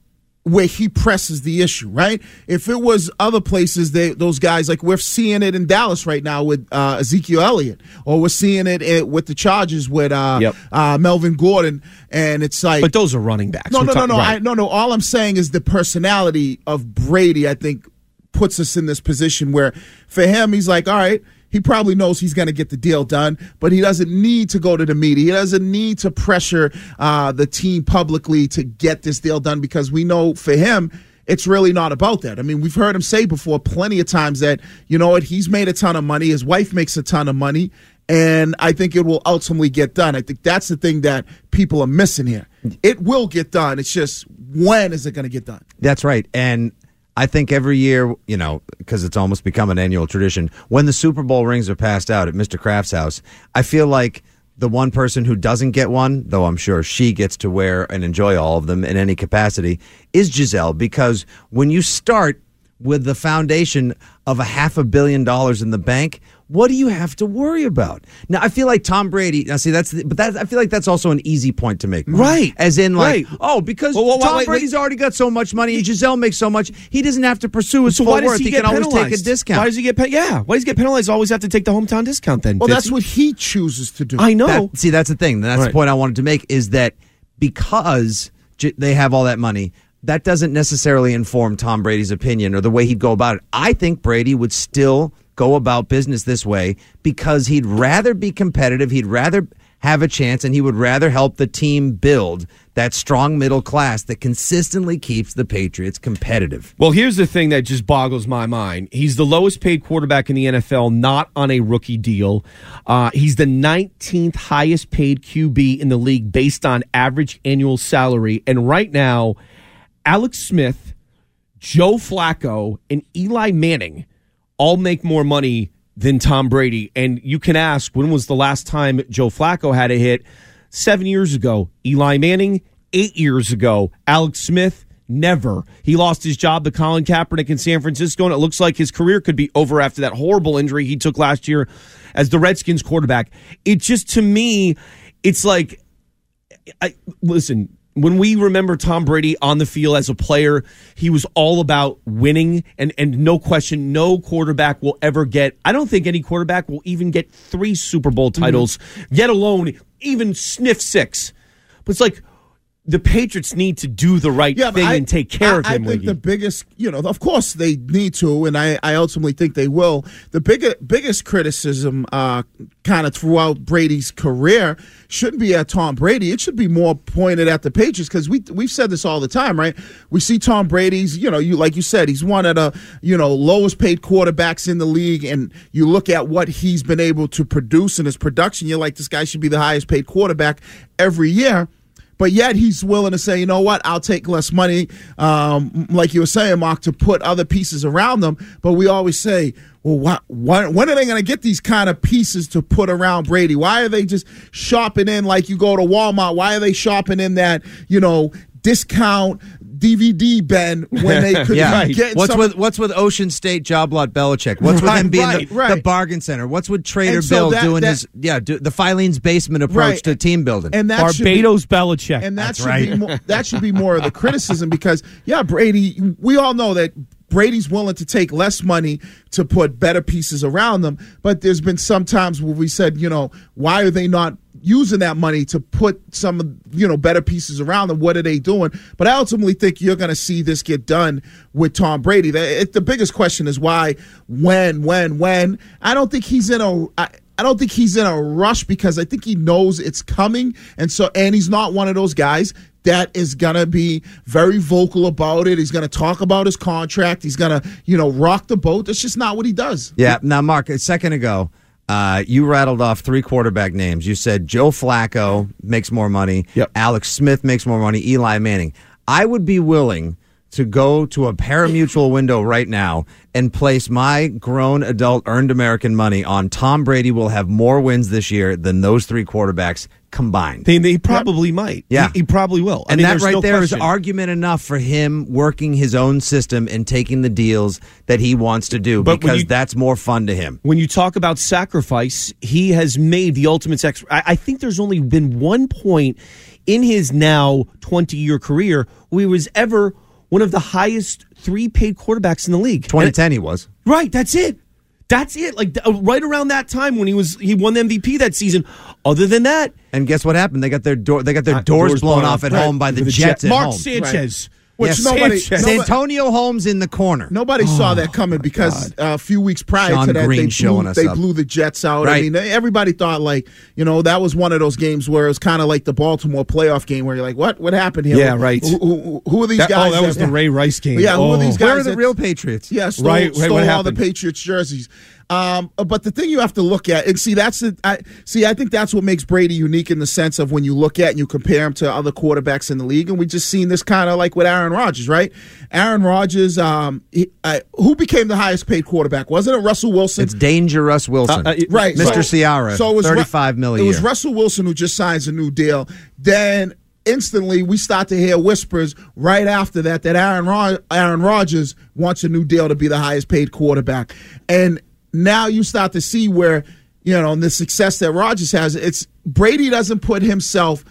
Speaker 3: where he presses the issue, right? If it was other places, they those guys like we're seeing it in Dallas right now with uh, Ezekiel Elliott, or we're seeing it, uh, with the Chargers with uh,
Speaker 6: Yep.
Speaker 3: uh, Melvin Gordon, and it's like.
Speaker 6: But those are running backs.
Speaker 3: No,
Speaker 6: We're
Speaker 3: no, no,
Speaker 6: talking-
Speaker 3: no,
Speaker 6: right.
Speaker 3: I, no, no. All I'm saying is the personality of Brady. I think puts us in this position where, for him, he's like, all right. He probably knows he's going to get the deal done, but he doesn't need to go to the media. He doesn't need to pressure uh, the team publicly to get this deal done because we know for him, it's really not about that. I mean, we've heard him say before plenty of times that, you know what, he's made a ton of money. His wife makes a ton of money. And I think it will ultimately get done. I think that's the thing that people are missing here. It will get done. It's just when is it going to get done?
Speaker 8: That's right. And I think every year, you know, because it's almost become an annual tradition, when the Super Bowl rings are passed out at Mr. Kraft's house, I feel like the one person who doesn't get one, though I'm sure she gets to wear and enjoy all of them in any capacity, is Giselle. Because when you start with the foundation of a half a billion dollars in the bank, what do you have to worry about? Now, I feel like Tom Brady. Now, see, that's the, but that I feel like that's also an easy point to make,
Speaker 6: Right.
Speaker 8: As in, like,
Speaker 6: Right.
Speaker 8: oh, because
Speaker 6: Well, well,
Speaker 8: Tom
Speaker 6: wait, wait.
Speaker 8: Brady's already got so much money, and Giselle makes so much, he doesn't have to pursue his
Speaker 6: So
Speaker 8: full
Speaker 6: why does
Speaker 8: worth.
Speaker 6: he,
Speaker 8: He,
Speaker 6: get
Speaker 8: can always
Speaker 6: penalized?
Speaker 8: take a discount.
Speaker 6: Why does he get penalized? Yeah. Why does he get penalized? Always have to take the hometown discount then.
Speaker 3: Well, that's
Speaker 6: Fitzy?
Speaker 3: what he chooses to do.
Speaker 6: I know.
Speaker 8: That- see, that's the thing. That's
Speaker 6: Right.
Speaker 8: the point I wanted to make is that because J- they have all that money, that doesn't necessarily inform Tom Brady's opinion or the way he'd go about it. I think Brady would still go about business this way because he'd rather be competitive. He'd rather have a chance and he would rather help the team build that strong middle class that consistently keeps the Patriots competitive.
Speaker 6: Well, here's the thing that just boggles my mind. He's the lowest paid quarterback in the NFL, not on a rookie deal. Uh, he's the 19th highest paid QB in the league based on average annual salary. And right now, Alex Smith, Joe Flacco, and Eli Manning all make more money than Tom Brady. And you can ask, when was the last time Joe Flacco had a hit? Seven years ago. Eli Manning, eight years ago. Alex Smith, never. He lost his job to Colin Kaepernick in San Francisco, and it looks like his career could be over after that horrible injury he took last year as the Redskins quarterback. It just, to me, it's like I listen. When we remember Tom Brady on the field as a player, he was all about winning, and and no question, no quarterback will ever get. I don't think any quarterback will even get three Super Bowl
Speaker 8: Mm-hmm.
Speaker 6: titles, yet alone even sniff six. But it's like the Patriots need to do the right
Speaker 3: Yeah, but
Speaker 6: thing
Speaker 3: I-
Speaker 6: and take care
Speaker 3: I-
Speaker 6: of him.
Speaker 3: I think
Speaker 6: Wiggy.
Speaker 3: the biggest, you know, of course they need to, and I, I ultimately think they will. The bigger, biggest criticism, uh, kind of throughout Brady's career, shouldn't be at Tom Brady. It should be more pointed at the Patriots because we we've said this all the time, right? We see Tom Brady's, you know, you like you said, he's one of the you know lowest paid quarterbacks in the league, and you look at what he's been able to produce in his production. You're like, this guy should be the highest paid quarterback every year. But yet he's willing to say, you know what, I'll take less money, um, like you were saying, Mark, to put other pieces around them. But we always say, well, why, why, when are they going to get these kind of pieces to put around Brady? Why are they just shopping in like you go to Walmart? Why are they shopping in that, you know, discount DVD bin when they could
Speaker 8: yeah.
Speaker 3: be getting
Speaker 8: what's
Speaker 3: some-
Speaker 8: with what's with Ocean State job lot Belichick? What's with
Speaker 3: Right,
Speaker 8: him being
Speaker 3: right,
Speaker 8: the,
Speaker 3: right.
Speaker 8: the bargain center? What's with Trader
Speaker 3: And so
Speaker 8: Bill
Speaker 3: that-
Speaker 8: doing
Speaker 3: that-
Speaker 8: his yeah do, the Filene's basement approach
Speaker 3: Right,
Speaker 8: to team building?
Speaker 3: and that should be- Barbados
Speaker 8: Belichick,
Speaker 3: And that
Speaker 8: that's
Speaker 3: should
Speaker 8: right.
Speaker 3: be more, that should be more of the criticism because yeah, Brady. We all know that Brady's willing to take less money to put better pieces around them. But there's been some times where we said, you know, why are they not using that money to put some you know better pieces around them? What are they doing? But I ultimately think you're going to see this get done with Tom Brady. The, it, the biggest question is why, when, when, when. I don't think he's in a. I, I don't think he's in a rush because I think he knows it's coming, and so and he's not one of those guys that is gonna be very vocal about it. He's gonna talk about his contract. He's gonna you know rock the boat. That's just not what he does.
Speaker 8: Yeah. Now, Mark, a second ago, uh, you rattled off three quarterback names. You said Joe Flacco makes more money. Alex Smith makes more money. Eli Manning. I would be willing to go to a paramutual window right now and place my grown adult earned American money on Tom Brady will have more wins this year than those three quarterbacks combined.
Speaker 6: They, they probably might.
Speaker 8: Yeah.
Speaker 6: He, he probably will. I
Speaker 8: and
Speaker 6: mean,
Speaker 8: that
Speaker 6: there's
Speaker 8: right
Speaker 6: no
Speaker 8: there is
Speaker 6: question.
Speaker 8: argument enough for him working his own system and taking the deals that he wants to do
Speaker 6: But when
Speaker 8: because
Speaker 6: you-
Speaker 8: that's more fun to him.
Speaker 6: When you talk about sacrifice, he has made the ultimate sacrifice. I, I think there's only been one point in his now 20 year career where he was ever one of the highest three paid quarterbacks in the league.
Speaker 8: 2010 he was.
Speaker 6: Right, that's it. That's it. Like th- uh, right around that time when he was he won the MVP that season. Other than that, Uh,
Speaker 8: and guess what happened? They got their door. They got their doors, blown, off at home by the, Jets. at home.
Speaker 3: Right. Which
Speaker 8: Yes,
Speaker 3: nobody,
Speaker 8: Sanchez.
Speaker 3: nobody-
Speaker 8: Santonio Holmes in the corner. Oh
Speaker 3: Nobody saw that coming because uh, a few weeks prior
Speaker 8: Sean
Speaker 3: to that,
Speaker 8: Green
Speaker 3: they,
Speaker 8: showing
Speaker 3: blew,
Speaker 8: us
Speaker 3: they
Speaker 8: up.
Speaker 3: blew the Jets out. I
Speaker 8: Right.
Speaker 3: mean, everybody thought like, you know, that was one of those games where it was kind of like the Baltimore playoff game where you're like, what, what happened here?
Speaker 6: Yeah,
Speaker 3: Who-
Speaker 6: right.
Speaker 3: Who, who- who are these
Speaker 6: That- oh,
Speaker 3: guys?
Speaker 6: that was the Ray Rice game.
Speaker 3: Yeah, who are these
Speaker 6: Oh.
Speaker 3: guys?
Speaker 6: Where are the
Speaker 3: that-
Speaker 6: real Patriots?
Speaker 3: Yeah, stole,
Speaker 6: Right, right, what
Speaker 3: stole all the
Speaker 6: happened?
Speaker 3: Patriots jerseys. Um, uh, but the thing you have to look at, and see, that's the, I see. I think that's what makes Brady unique in the sense of when you look at and you compare him to other quarterbacks in the league, and we just seen this kind of like with Aaron Rodgers, right? Aaron Rodgers, um, he, I, who became the highest paid quarterback? Wasn't it Russell Wilson?
Speaker 8: It's Danger Russ Wilson,
Speaker 3: Uh, uh, right,
Speaker 8: Mr.
Speaker 3: so-
Speaker 8: Ciara,
Speaker 3: So it was Ru-
Speaker 8: thirty-five million.
Speaker 3: It was Russell Wilson who just signs a new deal. Then instantly we start to hear whispers right after that that Aaron Rod- Aaron Rodgers wants a new deal to be the highest paid quarterback, and now you start to see where you know and the success that Rodgers has. It's Brady doesn't put himself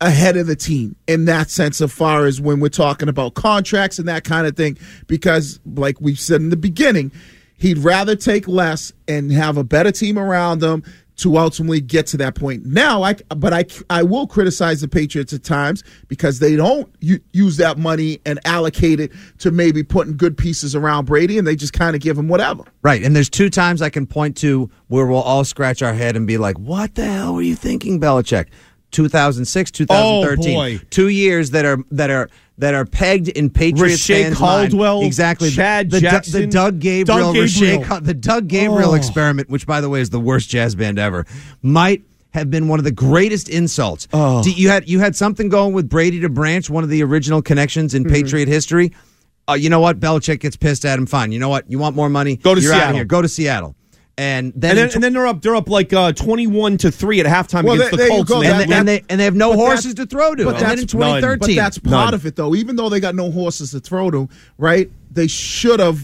Speaker 3: ahead of the team in that sense as far as when we're talking about contracts and that kind of thing because like we said in the beginning he'd rather take less and have a better team around him to ultimately get to that point now i but i i will criticize the patriots at times because they don't u- use that money and allocate it to maybe putting good pieces around brady and they just kind of give him whatever
Speaker 8: Right, and there's two times I can point to where we'll all scratch our head and be like, "What the hell were you thinking, Belichick?" 2006, 2013,
Speaker 6: Oh, boy.
Speaker 8: two years that are that are that are pegged in Patriots
Speaker 6: Rasheed
Speaker 8: fans' mind.
Speaker 6: Caldwell,
Speaker 8: exactly.
Speaker 6: Chad
Speaker 8: the, the
Speaker 6: Jackson,
Speaker 8: Doug Gabriel,
Speaker 6: Doug
Speaker 8: Rasheed
Speaker 6: Gabriel.
Speaker 8: Cal- the Doug Gabriel
Speaker 6: Oh.
Speaker 8: experiment, which by the way is the worst jazz band ever, might have been one of the greatest insults.
Speaker 6: Oh.
Speaker 8: Do- You had you had something going with Brady to Branch, one of the original connections
Speaker 6: Mm-hmm.
Speaker 8: in Patriot history. Uh, you know what? Belichick gets pissed at him. Fine. You know what? You want more money?
Speaker 6: Go to
Speaker 8: You're
Speaker 6: Seattle.
Speaker 8: Out here. Go to Seattle. And then
Speaker 6: and then,
Speaker 8: in tw-
Speaker 6: and then they're up. They're up like uh, twenty-one to three at halftime
Speaker 8: Well,
Speaker 6: against
Speaker 8: there- there
Speaker 6: the
Speaker 8: you
Speaker 6: Colts.
Speaker 8: go.
Speaker 6: in
Speaker 8: That-
Speaker 6: that-
Speaker 8: that- And they- and they have no
Speaker 3: But
Speaker 8: horses
Speaker 3: that's-
Speaker 8: to throw to.
Speaker 3: But
Speaker 8: And then
Speaker 3: that's
Speaker 8: in 2013.
Speaker 3: but that's part
Speaker 8: None.
Speaker 3: of it, though. Even though they got no horses to throw to, right? They should have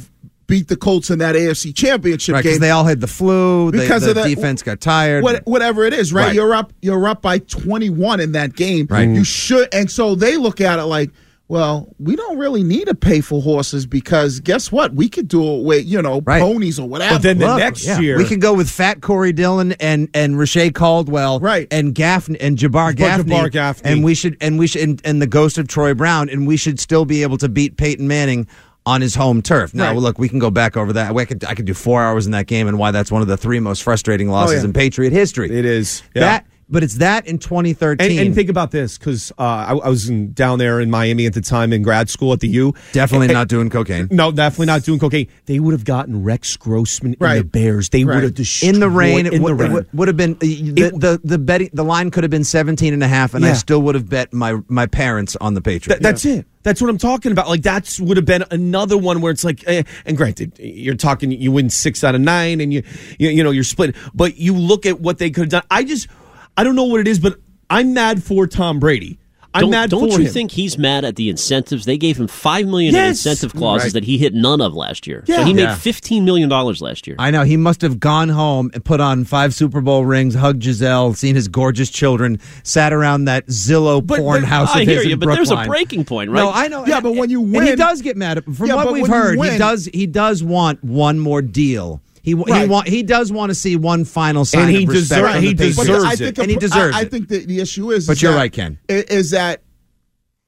Speaker 3: beat the Colts in that AFC Championship
Speaker 8: Right, 'cause
Speaker 3: game.
Speaker 8: they all had the flu. They-
Speaker 3: Because
Speaker 8: the
Speaker 3: of that-
Speaker 8: defense got tired.
Speaker 3: What, whatever it is, right?
Speaker 8: Right.
Speaker 3: You're up. You're up by 21 in that game.
Speaker 8: Right.
Speaker 3: You should. And so they look at it like, well, we don't really need to pay for horses because guess what? We could do it with you know ponies or whatever.
Speaker 8: Look, yeah, we can go with Fat Corey Dillon and and Rashe Caldwell, right? And Gaffney and Jabbar Gaffney,
Speaker 6: Jabbar Gaffney.
Speaker 8: and we should and we should and, and the ghost of Troy Brown, and we should still be able to beat Peyton Manning on his home turf. Now,
Speaker 6: Right.
Speaker 8: look, we can go back over that. I could Oh, I could do four hours in that game, and why that's one of the three most frustrating losses
Speaker 6: Oh, yeah.
Speaker 8: in Patriot history. It
Speaker 6: is
Speaker 8: that But it's that in 2013.
Speaker 6: And, and think about this, because uh, I, I was in, down there in Miami at the time in grad school at the U.
Speaker 8: Definitely
Speaker 6: And-
Speaker 8: not doing cocaine.
Speaker 6: No, definitely not doing cocaine. They would have gotten Rex Grossman and the
Speaker 8: Right.
Speaker 6: Bears. They would have destroyed
Speaker 8: in the rain. It,
Speaker 6: in
Speaker 8: would,
Speaker 6: the
Speaker 8: it
Speaker 6: rain.
Speaker 8: would- would have been uh, the, the the betting the line could have been 17 and a half, and I
Speaker 6: Yeah.
Speaker 8: still would have bet my my parents on the
Speaker 6: Th-
Speaker 8: Patriots.
Speaker 6: that's it. That's what I'm talking about. Like that's would have been another one where it's like, eh, and granted, you're talking you win six out of nine, and you you, you know you're split, but you look at what they could have done. I just I don't know what it is, but I'm mad for Tom Brady. I'm
Speaker 11: don't,
Speaker 6: mad
Speaker 11: Don't
Speaker 6: for
Speaker 11: you
Speaker 6: him.
Speaker 11: think he's mad at the incentives they gave him? Five million in
Speaker 6: Yes!
Speaker 11: incentive clauses
Speaker 8: Right.
Speaker 11: that he hit none of last year.
Speaker 8: Yeah.
Speaker 11: so he made
Speaker 8: Yeah.
Speaker 11: fifteen million dollars last year.
Speaker 8: I know he must have gone home and put on five Super Bowl rings, hugged Giselle, seen his gorgeous children, sat around that Zillow porn
Speaker 11: there-
Speaker 8: house.
Speaker 11: I
Speaker 8: of
Speaker 11: hear
Speaker 8: his
Speaker 11: you,
Speaker 8: in
Speaker 11: but there's a
Speaker 8: Brookline.
Speaker 11: breaking point,
Speaker 8: No,
Speaker 11: right?
Speaker 8: I know.
Speaker 11: Yeah,
Speaker 8: and-
Speaker 11: but when you
Speaker 8: and he
Speaker 11: win-
Speaker 8: does get mad. At, from
Speaker 11: Yeah,
Speaker 8: what
Speaker 11: but
Speaker 8: we've
Speaker 11: when you
Speaker 8: heard, he
Speaker 11: win-
Speaker 8: does he does want one more deal. He, wa- he
Speaker 3: Right.
Speaker 8: want he does want to see one final sign
Speaker 3: And
Speaker 8: of
Speaker 3: he
Speaker 8: respect
Speaker 3: deserve-
Speaker 8: from
Speaker 3: he
Speaker 8: the Patriots.
Speaker 3: deserves But I it. think a
Speaker 8: and he
Speaker 3: pr-
Speaker 8: deserves
Speaker 3: I- I
Speaker 8: it.
Speaker 3: think that the issue is,
Speaker 8: But
Speaker 3: is
Speaker 8: you're
Speaker 3: that-
Speaker 8: right, Ken.
Speaker 3: i- Is that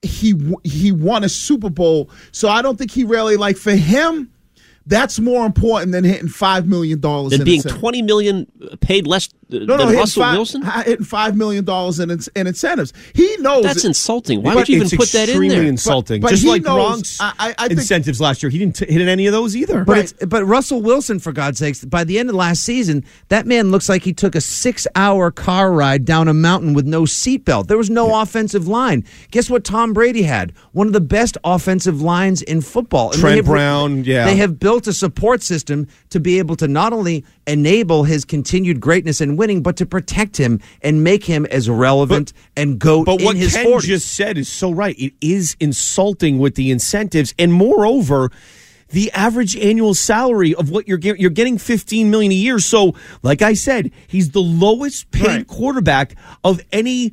Speaker 3: he w- he won a Super Bowl, so I don't think he really like for him. That's more important than hitting five million dollars.
Speaker 11: Than
Speaker 3: in
Speaker 11: being
Speaker 3: incentives.
Speaker 11: twenty million paid less uh,
Speaker 3: no, no,
Speaker 11: than
Speaker 3: hitting
Speaker 11: Russell
Speaker 3: five,
Speaker 11: Wilson.
Speaker 3: hi- hitting five million dollars in, in incentives. He knows
Speaker 11: That's insulting. Why
Speaker 3: But-
Speaker 11: would you even
Speaker 6: It's
Speaker 11: put that in
Speaker 6: extremely
Speaker 11: there?
Speaker 6: Insulting.
Speaker 3: but
Speaker 6: Just
Speaker 3: he
Speaker 6: like
Speaker 3: knows-
Speaker 6: Gronk's
Speaker 3: I- I- I think-
Speaker 6: incentives last year, he didn't t- hit any of those either.
Speaker 8: But it's, but Russell Wilson, for God's sakes, by the end of last season, that man looks like he took a six-hour car ride down a mountain with no seatbelt. There was no offensive line. Guess what? Tom Brady had one of the best offensive lines in football. And they
Speaker 6: Trent
Speaker 8: have-
Speaker 6: Brown, yeah.
Speaker 8: they have built a support system to be able to not only enable his continued greatness and winning, but to protect him and make him as relevant and go
Speaker 6: But
Speaker 8: in
Speaker 6: what
Speaker 8: his
Speaker 6: Ken
Speaker 8: 40s.
Speaker 6: just said is so right. It is insulting with the incentives, and moreover, the average annual salary of what you're get, you're getting fifteen million a year. So, like I said, he's the lowest paid quarterback of any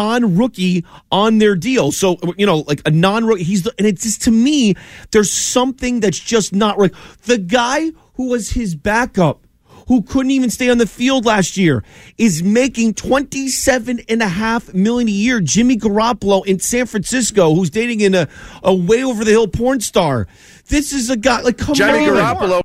Speaker 6: non-rookie on their deal. So, you know, like a non-rookie, he's the, and it's just to me, there's something that's just not right. The guy who was his backup who couldn't even stay on the field last year is making 27 and a half million a year jimmy garoppolo in san francisco who's dating in a, a way over the hill porn star this is a guy like come
Speaker 5: Jimmy
Speaker 6: on
Speaker 5: Garoppolo.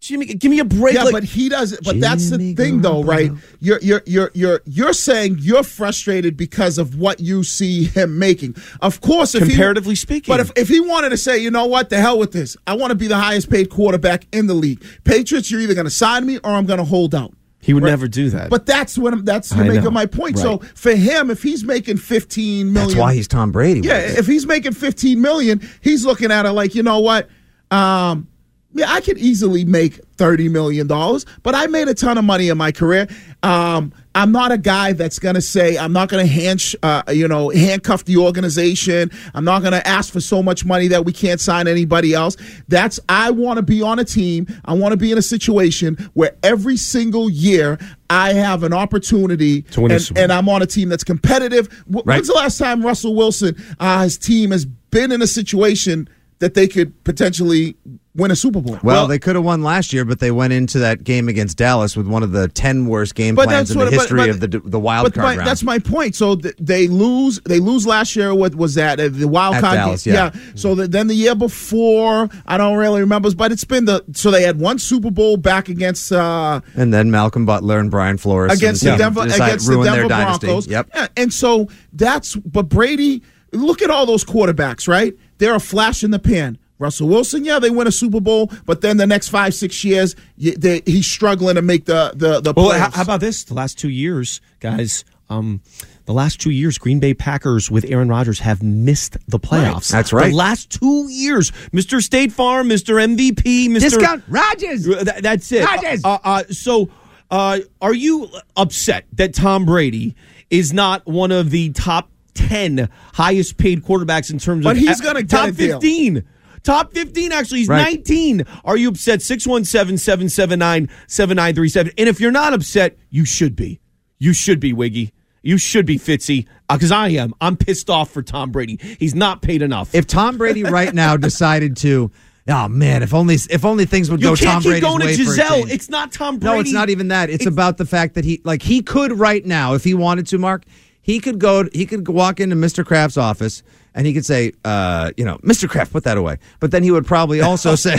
Speaker 6: jimmy give me a break
Speaker 3: Yeah,
Speaker 6: like-
Speaker 3: but he doesn't. But that's the thing, though, right? You're you're you're you're you're saying you're frustrated because of what you see him making. Of course, if he-
Speaker 6: Comparatively speaking.
Speaker 3: But if, if he wanted to say, you know what, the hell with this, I want to be the highest paid quarterback in the league. Patriots, you're either going to sign me or I'm going to hold out.
Speaker 6: he would never do that
Speaker 3: But that's what I'm, that's
Speaker 6: I
Speaker 3: you're making
Speaker 6: know.
Speaker 3: my point. So
Speaker 6: Right.
Speaker 3: for him, if he's making 15 million,
Speaker 8: That's why he's Tom Brady.
Speaker 3: yeah, if he's making 15 million, he's looking at it like, you know what? Um, yeah, I could easily make 30 million dollars, but I made a ton of money in my career. Um, I'm not a guy that's going to say I'm not going to hand sh- uh, you know, handcuff the organization. I'm not going to ask for so much money that we can't sign anybody else. That's I want to be on a team. I want to be in a situation where every single year I have an opportunity
Speaker 6: To win a
Speaker 3: and-
Speaker 6: Super Bowl.
Speaker 3: and and I'm on a team that's competitive. W-
Speaker 6: Right.
Speaker 3: When's the last time Russell Wilson, uh, his team, has been in a situation that they could potentially win a Super Bowl?
Speaker 8: Well, they could have won last year, but they went into that game against Dallas with one of the ten worst game
Speaker 3: But
Speaker 8: plans
Speaker 3: that's
Speaker 8: in
Speaker 3: what-
Speaker 8: the
Speaker 3: but-
Speaker 8: history
Speaker 3: but-
Speaker 8: of the the wild
Speaker 3: but
Speaker 8: card
Speaker 3: my,
Speaker 8: round.
Speaker 3: that's my point. So th- they lose. They lose last year. What was that? Uh, the wild
Speaker 8: At
Speaker 3: card. game.
Speaker 8: Dallas, yeah.
Speaker 3: So the, then the year before, I don't really remember, but it's been the. So they had one Super Bowl back against. Uh,
Speaker 8: and then Malcolm Butler and Brian Flores
Speaker 3: against
Speaker 8: and,
Speaker 3: the Denver
Speaker 8: decide-
Speaker 3: against the
Speaker 8: ruin
Speaker 3: Denver
Speaker 8: their dynasty.
Speaker 3: Broncos.
Speaker 8: Yep.
Speaker 3: Yeah, and so that's but Brady. Look at all those quarterbacks, right? They're a flash in the pan. Russell Wilson, yeah, they win a Super Bowl, but then the next five six years, y- they, he's struggling to make the the the
Speaker 6: Well,
Speaker 3: playoffs.
Speaker 6: how, how about this? The last two years, guys. Um, the last two years, Green Bay Packers with Aaron Rodgers have missed the playoffs.
Speaker 8: That's right.
Speaker 6: The last two years, Mr. State Farm, Mr. MVP, Mr.
Speaker 8: Discount
Speaker 6: Rodgers. Uh, that's it.
Speaker 8: Rodgers.
Speaker 6: Uh, uh, so, uh, are you upset that Tom Brady is not one of the top ten highest paid quarterbacks in terms
Speaker 3: But
Speaker 6: of
Speaker 3: he's gonna get
Speaker 6: top
Speaker 3: a deal.
Speaker 6: fifteen? Top 15, actually. He's
Speaker 3: Right.
Speaker 6: 19. Are you upset? 617 779 7937. And if you're not upset, you should be. You should be, Wiggy. You should be, Fitzy. Because I am. I'm pissed off for Tom Brady. He's not paid enough.
Speaker 8: If Tom Brady right now decided to, oh man, if only if only things would
Speaker 6: you
Speaker 8: go
Speaker 6: can't
Speaker 8: Tom
Speaker 6: keep
Speaker 8: Brady's
Speaker 6: going
Speaker 8: way
Speaker 6: to
Speaker 8: for a
Speaker 6: Giselle,
Speaker 8: change.
Speaker 6: it's not Tom Brady.
Speaker 8: No, it's not even that. It's, about the fact that he like he could right now if he wanted to, Mark. He could go. He could walk into Mr. Kraft's office and he could say, uh, you know, Mr. Kraft, put that away. But then he would probably also say,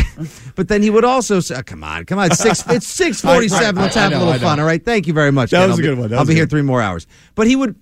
Speaker 8: but then he would also say, oh, come on, come on, it's six. It's six forty-seven.
Speaker 6: I- I-
Speaker 8: Let's have
Speaker 6: I know,
Speaker 8: a
Speaker 6: I
Speaker 8: little
Speaker 6: know.
Speaker 8: fun. All right. Thank you very much.
Speaker 6: That
Speaker 8: Ken.
Speaker 6: was a
Speaker 8: I'll
Speaker 6: good
Speaker 8: be,
Speaker 6: one. That
Speaker 8: I'll
Speaker 6: was
Speaker 8: be
Speaker 6: a
Speaker 8: here
Speaker 6: good
Speaker 8: three more hours. But he would,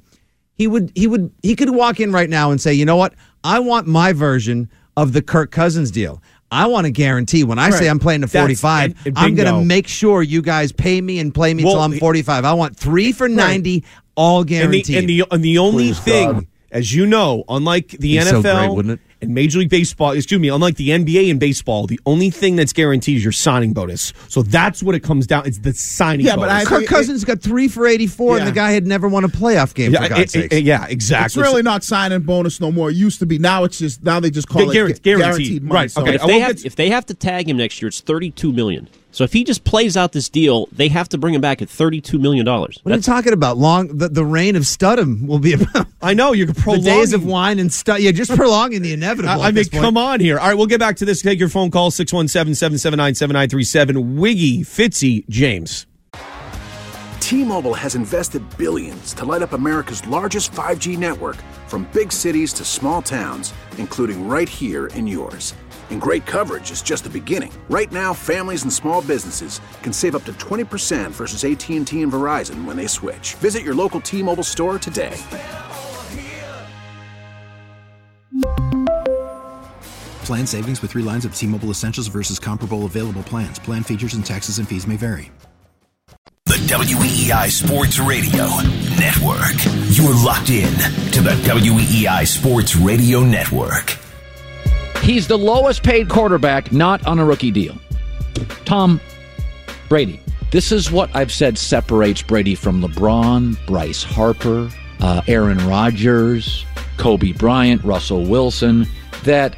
Speaker 8: he would, he would, he could walk in right now and say, you know what? I want my version of the Kirk Cousins deal. I want to guarantee when I
Speaker 6: Right.
Speaker 8: say I'm playing to
Speaker 6: That's-
Speaker 8: 45,
Speaker 6: and- and
Speaker 8: I'm going
Speaker 6: bingo.
Speaker 8: to make sure you guys pay me and play me
Speaker 6: Well,
Speaker 8: till I'm 45. I want three for 90, all guaranteed.
Speaker 6: And the and the, and the only thing, as you know, unlike the
Speaker 8: Be so
Speaker 6: NFL
Speaker 8: great, wouldn't
Speaker 6: and Major League Baseball, excuse me, unlike the NBA and baseball, the only thing that's guaranteed is your signing bonus. So that's what it comes down. It's the signing.
Speaker 8: yeah, but
Speaker 6: bonus.
Speaker 8: I, Kirk Cousins got three for 84, and
Speaker 6: Yeah.
Speaker 8: the guy had never won a playoff game.
Speaker 6: Yeah,
Speaker 8: for God's
Speaker 6: it-
Speaker 8: sake.
Speaker 6: it- yeah, exactly.
Speaker 3: It's really not signing bonus no more. It used to be. Now it's just now they just call
Speaker 11: Guar-
Speaker 3: it gu- guaranteed money.
Speaker 11: Right.
Speaker 3: So-
Speaker 11: Okay. If they, have, if they have to tag him next year, it's thirty-two million. So if he just plays out this deal, they have to bring him back at thirty-two million dollars.
Speaker 8: What are you talking about? Long the, the reign of Studham will be about.
Speaker 6: I know you're
Speaker 8: the days of wine and Stud. Yeah, just prolonging the
Speaker 6: I,
Speaker 8: inevitable.
Speaker 6: I
Speaker 8: at
Speaker 6: mean,
Speaker 8: this point.
Speaker 6: come on here. All right, we'll get back to this. Take your phone call 617 779 7937. Wiggy, Fitzy, James.
Speaker 16: T-Mobile has invested billions to light up America's largest 5G network from big cities to small towns, including right here in yours. And great coverage is just the beginning. Right now, families and small businesses can save up to 20% versus AT&T and Verizon when they switch. Visit your local T-Mobile store today.
Speaker 17: Plan savings with three lines of T Mobile Essentials versus comparable available plans. Plan features and taxes and fees may vary.
Speaker 18: The WEEI Sports Radio Network. You're locked in to the WEEI Sports Radio Network.
Speaker 12: He's the lowest paid quarterback not on a rookie deal. Tom Brady. This is what I've said separates Brady from LeBron, Bryce Harper, uh, Aaron Rodgers, Kobe Bryant, Russell Wilson, that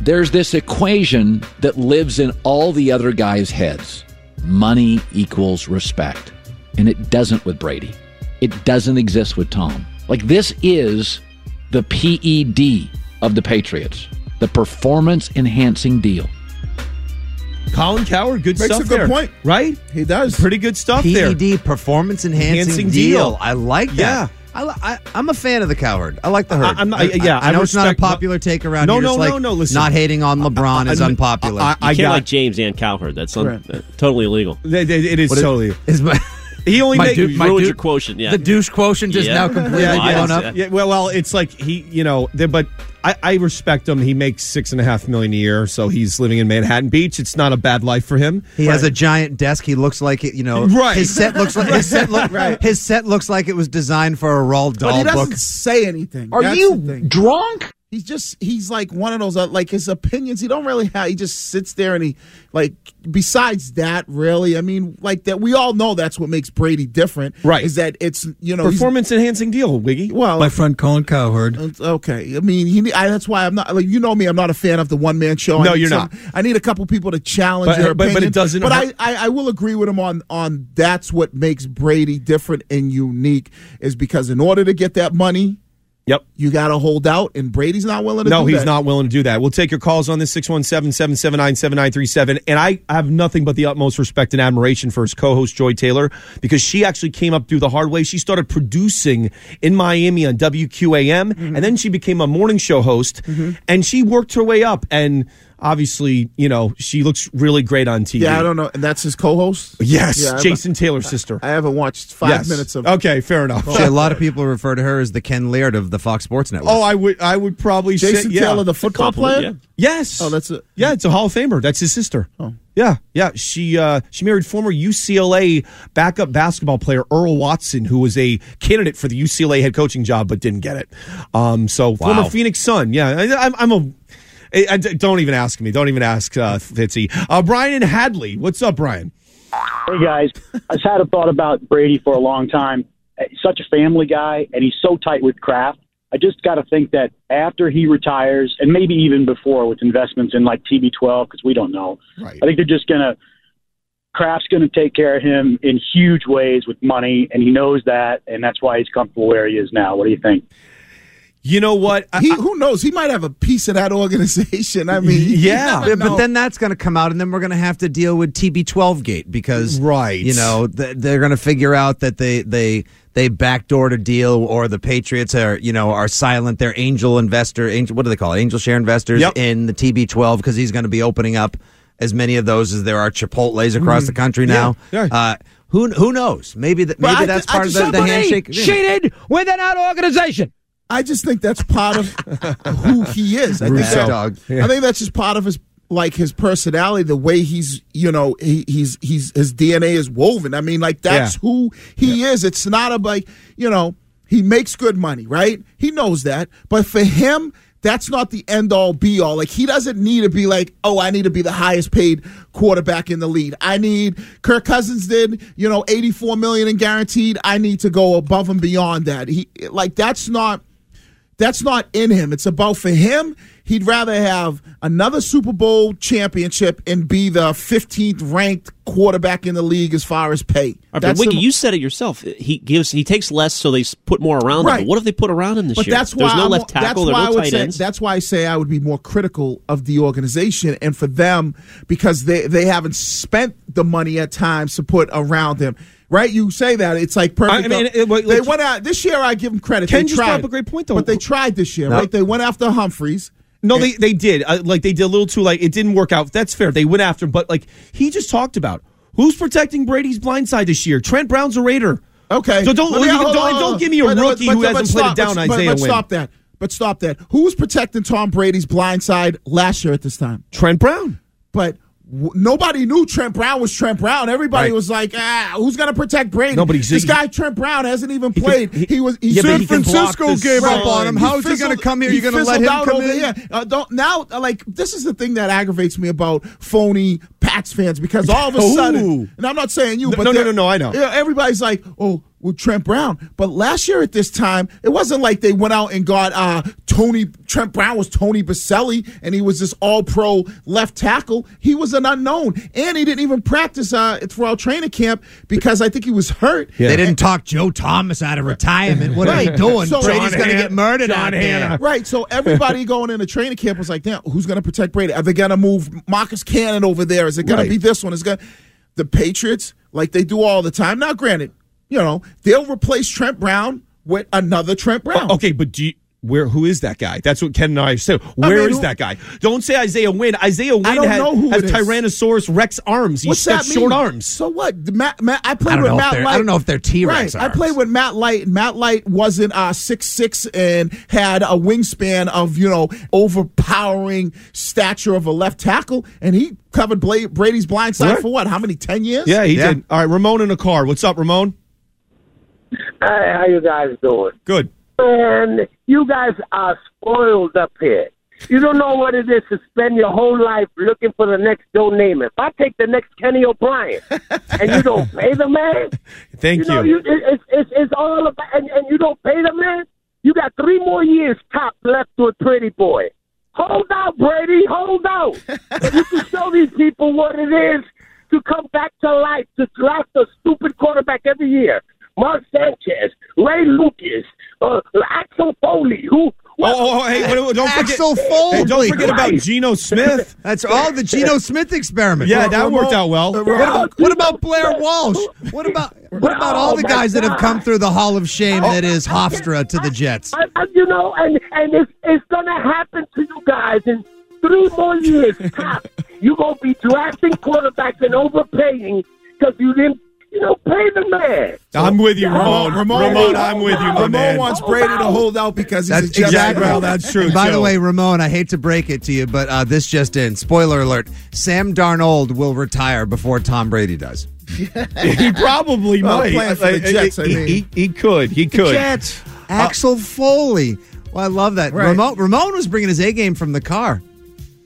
Speaker 12: there's this equation that lives in all the other guys' heads money equals respect. And it doesn't with Brady, it doesn't exist with Tom. Like, this is the PED of the Patriots, the performance enhancing deal.
Speaker 6: Colin Coward, good
Speaker 12: Makes
Speaker 6: stuff.
Speaker 12: a good
Speaker 6: there,
Speaker 12: point.
Speaker 6: right? He does pretty good stuff there.
Speaker 8: PED performance enhancing,
Speaker 6: Enhancing
Speaker 8: deal.
Speaker 6: deal.
Speaker 8: I like that.
Speaker 6: Yeah.
Speaker 8: I, li- I, I'm a fan of the cowherd. I like the
Speaker 6: I-
Speaker 8: herd.
Speaker 6: I'm not- yeah,
Speaker 8: I,
Speaker 6: I
Speaker 8: know it's not a
Speaker 6: respect-
Speaker 8: popular take around.
Speaker 6: No,
Speaker 8: here. It's
Speaker 6: no,
Speaker 8: like
Speaker 6: no, no, listen.
Speaker 8: Not hating on LeBron
Speaker 6: I-
Speaker 8: is
Speaker 6: I-
Speaker 8: unpopular.
Speaker 6: I- I
Speaker 11: you can't
Speaker 6: got-
Speaker 11: like James and Cowherd. That's un-
Speaker 8: Right.
Speaker 11: uh, totally illegal.
Speaker 6: It- it- it is
Speaker 11: What is-
Speaker 6: totally.
Speaker 8: is my,
Speaker 6: he only
Speaker 11: My
Speaker 6: made-
Speaker 11: dude- You my ruined dude- your quotient, yeah. the douche quotient is Yeah. now completely
Speaker 6: yeah,
Speaker 11: blown
Speaker 6: yeah.
Speaker 11: up.
Speaker 6: Yeah, well, well, it's like he, you know, there- but I, I respect him. He makes six and a half million a year, so he's living in Manhattan Beach. It's not a bad life for him.
Speaker 8: He has a giant desk. He looks like it. You know,
Speaker 6: Right.
Speaker 8: His set looks like his set, look,
Speaker 3: Right.
Speaker 8: his set looks like it was designed for a Roald
Speaker 3: but he
Speaker 8: Dahl
Speaker 3: doesn't
Speaker 8: book.
Speaker 3: say anything.
Speaker 8: Are
Speaker 3: That's
Speaker 8: you
Speaker 3: the thing.
Speaker 12: drunk?
Speaker 3: He's just he's like one of those uh, like his opinions. He don't really have. He just sits there and he like. Besides that, really, I mean, like that. We all know that's what makes Brady different,
Speaker 6: Right.
Speaker 3: Is that it's you know he's-
Speaker 6: Performance enhancing deal, Wiggy.
Speaker 3: Well,
Speaker 19: My friend Colin Cowherd.
Speaker 3: It's Okay, I mean, he, I, that's why I'm not like you know me. I'm not a fan of the one man show. I
Speaker 6: No,
Speaker 3: need
Speaker 6: you're
Speaker 3: some-
Speaker 6: not.
Speaker 3: I need a couple people to challenge
Speaker 6: But-
Speaker 3: your
Speaker 6: but- but it
Speaker 3: opinion.
Speaker 6: doesn't
Speaker 3: But I,
Speaker 6: hurt-
Speaker 3: I, I will agree with him on on that's what makes Brady different and unique is because in order to get that money,
Speaker 6: yep,
Speaker 3: you got to hold out, and Brady's not willing to.
Speaker 6: No,
Speaker 3: do
Speaker 6: he's
Speaker 3: that.
Speaker 6: not willing to do that. We'll take your calls on this 617 779 7937. And I have nothing but the utmost respect and admiration for his co host, Joy Taylor, because she actually came up through the hard way. She started producing in Miami on WQAM,
Speaker 3: Mm-hmm.
Speaker 6: and then she became a morning show host, and she worked her way up. And obviously, you know, she looks really great on TV.
Speaker 3: Yeah, I don't know, and that's his co-host.
Speaker 6: Yes,
Speaker 3: Yeah, I-
Speaker 6: Jason Taylor's sister.
Speaker 3: I haven't watched five
Speaker 6: Yes.
Speaker 3: minutes of.
Speaker 6: Okay, fair enough.
Speaker 8: Actually, a lot of people refer to her as the Ken Laird of the Fox Sports Network.
Speaker 6: Oh, I would, I would probably say,
Speaker 3: Jason
Speaker 6: yeah.
Speaker 3: Taylor, the football player.
Speaker 6: Yes.
Speaker 3: Oh, that's a
Speaker 6: Yeah, it's a Hall of Famer. That's his sister. Oh. Yeah, yeah. She uh, she married former UCLA backup basketball player Earl Watson, who was a candidate for the UCLA head coaching job but didn't get it. Um, so former Phoenix Sun. Yeah, I, I'm, I'm a. I, I- don't even ask me. Don't even ask uh, Fitzy. Uh, Brian Hadley, what's up, Brian?
Speaker 20: Hey guys, I've had a thought about Brady for a long time. He's such a family guy, and he's so tight with Kraft. I just got to think that after he retires, and maybe even before, with investments in like TB12, because we don't know. Right. I think they're just gonna Kraft's gonna take care of him in huge ways with money, and he knows that, and that's why he's comfortable where he is now. What do you think?
Speaker 6: You know what?
Speaker 3: He, who knows? He might have a piece of that organization. I mean, you
Speaker 8: yeah,
Speaker 3: never
Speaker 8: but
Speaker 3: know.
Speaker 8: then that's going to come out, and then we're going to have to deal with TB12 gate because right, you know, th- they're going to figure out that they they they backdoored a deal, or the Patriots are you know are silent. They're angel investor, angel what do they call it? angel share investors in the TB12 because he's going to be opening up as many of those as there are Chipotle's across
Speaker 6: Mm.
Speaker 8: the country
Speaker 6: Yeah,
Speaker 8: now. Uh, who who knows? Maybe that maybe
Speaker 3: But I-
Speaker 8: that's
Speaker 3: I
Speaker 8: part of
Speaker 3: just-
Speaker 8: the, the
Speaker 3: somebody
Speaker 8: handshake. agreement.
Speaker 3: cheated
Speaker 12: within that organization.
Speaker 3: I just think that's part of who he is. I think,
Speaker 8: Rousseau.
Speaker 3: that-
Speaker 8: Dog.
Speaker 3: I think that's just part of his like his personality, the way he's you know he, he's he's his DNA is woven. I mean, like that's
Speaker 19: Yeah.
Speaker 3: who he is. It's not a like you know he makes good money, right? He knows that, but for him. That's not the end all be all. Like, he doesn't need to be like, oh, I need to be the highest paid quarterback in the lead. I need Kirk Cousins did, you know, 84 million and guaranteed. I need to go above and beyond that. He, like, that's not, that's not in him. It's about for him. He'd rather have another Super Bowl championship and be the 15th ranked quarterback in the league as far as pay.
Speaker 11: All right, but Wiggy,
Speaker 3: the-
Speaker 11: you said it yourself. He gives, he takes less, so they s- put more around him.
Speaker 3: Right.
Speaker 11: But What have they put around him this
Speaker 3: but
Speaker 11: year?
Speaker 3: that's why
Speaker 11: There's no
Speaker 3: I'm-
Speaker 11: left tackle.
Speaker 3: That's
Speaker 11: There's
Speaker 3: why
Speaker 11: no
Speaker 3: I would
Speaker 11: tight
Speaker 3: say,
Speaker 11: ends.
Speaker 3: That's why I say I would be more critical of the organization and for them because they they haven't spent the money at times to put around them. Right? You say that it's like perfect.
Speaker 6: I mean, it- well,
Speaker 3: they
Speaker 6: like-
Speaker 3: went out this year. I give them credit.
Speaker 6: Ken
Speaker 3: they
Speaker 6: just
Speaker 3: tried,
Speaker 6: brought up a great point, though.
Speaker 3: But they tried this year,
Speaker 6: No.
Speaker 3: right? They went after Humphreys.
Speaker 6: No, they, they did. Uh, like they did a little too late. It didn't work out. That's fair. They went after him, but like he just talked about who's protecting Brady's blind side this year. Trent Brown's a Raider.
Speaker 3: Okay.
Speaker 6: So don't
Speaker 3: But
Speaker 6: you
Speaker 3: yeah,
Speaker 6: can-
Speaker 3: hold on,
Speaker 6: don't,
Speaker 3: hold
Speaker 6: don't
Speaker 3: on.
Speaker 6: give me a
Speaker 3: But- but-
Speaker 6: rookie who
Speaker 3: but- but
Speaker 6: hasn't played
Speaker 3: stop,
Speaker 6: it down.
Speaker 3: but- but-
Speaker 6: Isaiah
Speaker 3: but
Speaker 6: Wynn.
Speaker 3: stop that. But stop that. Who was protecting Tom Brady's blind side last year at this time?
Speaker 6: Trent Brown.
Speaker 3: But w- nobody knew Trent Brown was Trent Brown. Everybody
Speaker 6: Right.
Speaker 3: was like, ah, who's going to protect Brady?
Speaker 6: No, but he's-
Speaker 3: this
Speaker 6: he-
Speaker 3: guy Trent Brown hasn't even played. He, was he
Speaker 6: Yeah, but
Speaker 3: San
Speaker 6: he can block
Speaker 3: Francisco
Speaker 6: the
Speaker 3: gave up
Speaker 6: sun.
Speaker 3: on him.
Speaker 6: He
Speaker 3: How is he going
Speaker 6: fizzled-
Speaker 3: to come here?
Speaker 6: he
Speaker 3: You're going to let
Speaker 6: fizzled
Speaker 3: him
Speaker 6: out
Speaker 3: come
Speaker 6: over
Speaker 3: in?
Speaker 6: there.
Speaker 3: Uh, don't now. uh, Like this is the thing that aggravates me about phony Pats fans because all of a
Speaker 6: Ooh.
Speaker 3: sudden, and I'm not saying you,
Speaker 6: No,
Speaker 3: but
Speaker 6: no, no,
Speaker 3: they're-
Speaker 6: no, no, I know.
Speaker 3: yeah, everybody's like, oh, well, Trent Brown. But last year at this time, it wasn't like they went out and got uh, Tony. Trent Brown was Tony Baselli, and he was this all pro left tackle. He was an unknown, and he didn't even practice uh, throughout training camp because I think he was hurt.
Speaker 8: They didn't talk Joe Thomas out of retirement. What are they doing? Brady's going to get murdered out there.
Speaker 3: Right. So everybody going into training camp was like, damn, who's going to protect Brady? Are they going to move Marcus Cannon over there? Is it going
Speaker 8: Right.
Speaker 3: to be this one? Is going the Patriots like they do all the time? Now, granted, you know they'll replace Trent Brown with another Trent Brown.
Speaker 6: Okay, but do you, where who is that guy? That's what Ken and I said. Where is
Speaker 3: mean, who-
Speaker 6: that guy? Don't say Isaiah Wynn. Isaiah Wynn
Speaker 3: I don't
Speaker 6: had-
Speaker 3: know who
Speaker 6: has
Speaker 3: it is.
Speaker 6: Tyrannosaurus Rex arms. He's
Speaker 3: What's
Speaker 6: got
Speaker 3: that mean?
Speaker 6: short arms.
Speaker 3: So what? The Matt, Matt, I played
Speaker 6: I don't
Speaker 3: with
Speaker 6: know if
Speaker 3: Matt
Speaker 6: they're- I
Speaker 3: Light.
Speaker 6: don't know if they're T-Rex
Speaker 3: Right. I
Speaker 6: arms.
Speaker 3: played with Matt Light. and Matt Light wasn't uh, six six and had a wingspan of you know overpowering stature of a left tackle, and he covered Bla- Brady's blind side
Speaker 6: Right.
Speaker 3: for what? How many ten years?
Speaker 6: Yeah, he did. All right, Ramon in a car. What's up, Ramon?
Speaker 21: Hey, how you guys doing?
Speaker 6: Good.
Speaker 21: Man, you guys are spoiled up here. You don't know what it is to spend your whole life looking for the next Joe Namath. I take the next Kenny O'Brien, and you don't pay the man.
Speaker 6: Thank
Speaker 21: you. Know, you it, it's it's it's all about, and, and you don't pay the man. You got three more years top left to a pretty boy. Hold out, Brady. Hold out. If you can show these people what it is to come back to life, to draft a stupid quarterback every year. Mark Sanchez, Ray Lucas, uh, Axel Foley.
Speaker 6: Oh,
Speaker 21: Who?
Speaker 6: oh, hey, what- don't forget-
Speaker 21: Axel
Speaker 6: Hey,
Speaker 21: Foley.
Speaker 6: don't forget about Geno Smith.
Speaker 8: That's all the Geno Smith experiment.
Speaker 6: Yeah, that
Speaker 8: Ramon-
Speaker 6: worked out well.
Speaker 8: What about, what about Blair Walsh? What about what about
Speaker 2: Oh
Speaker 8: all the guys that have come through the Hall of Shame that is Hofstra to the Jets?
Speaker 21: I, I, you know, and and it's it's gonna happen to you guys in three more years. top. you gonna be drafting quarterbacks and overpaying because you didn't, you know, pay the man.
Speaker 6: I'm with you,
Speaker 21: Yeah.
Speaker 6: Ramon. Ramon,
Speaker 21: Ramon-
Speaker 6: I'm with you, my
Speaker 3: Ramon
Speaker 6: man.
Speaker 3: wants Brady to hold out because he's a Jets fan.
Speaker 6: well, that's true,
Speaker 8: And By
Speaker 6: too.
Speaker 8: the way, Ramon, I hate to break it to you, but uh, this just in. Spoiler alert: Sam Darnold will retire before Tom Brady does.
Speaker 6: he probably
Speaker 8: Well,
Speaker 6: might.
Speaker 8: playing for the
Speaker 6: Like,
Speaker 8: Jets, I
Speaker 6: he,
Speaker 8: mean.
Speaker 6: he- he could. He could. Uh,
Speaker 8: Jets. Axel Foley. Well, I love that.
Speaker 6: Right.
Speaker 8: Ramon, Ramon was bringing his A game from the car.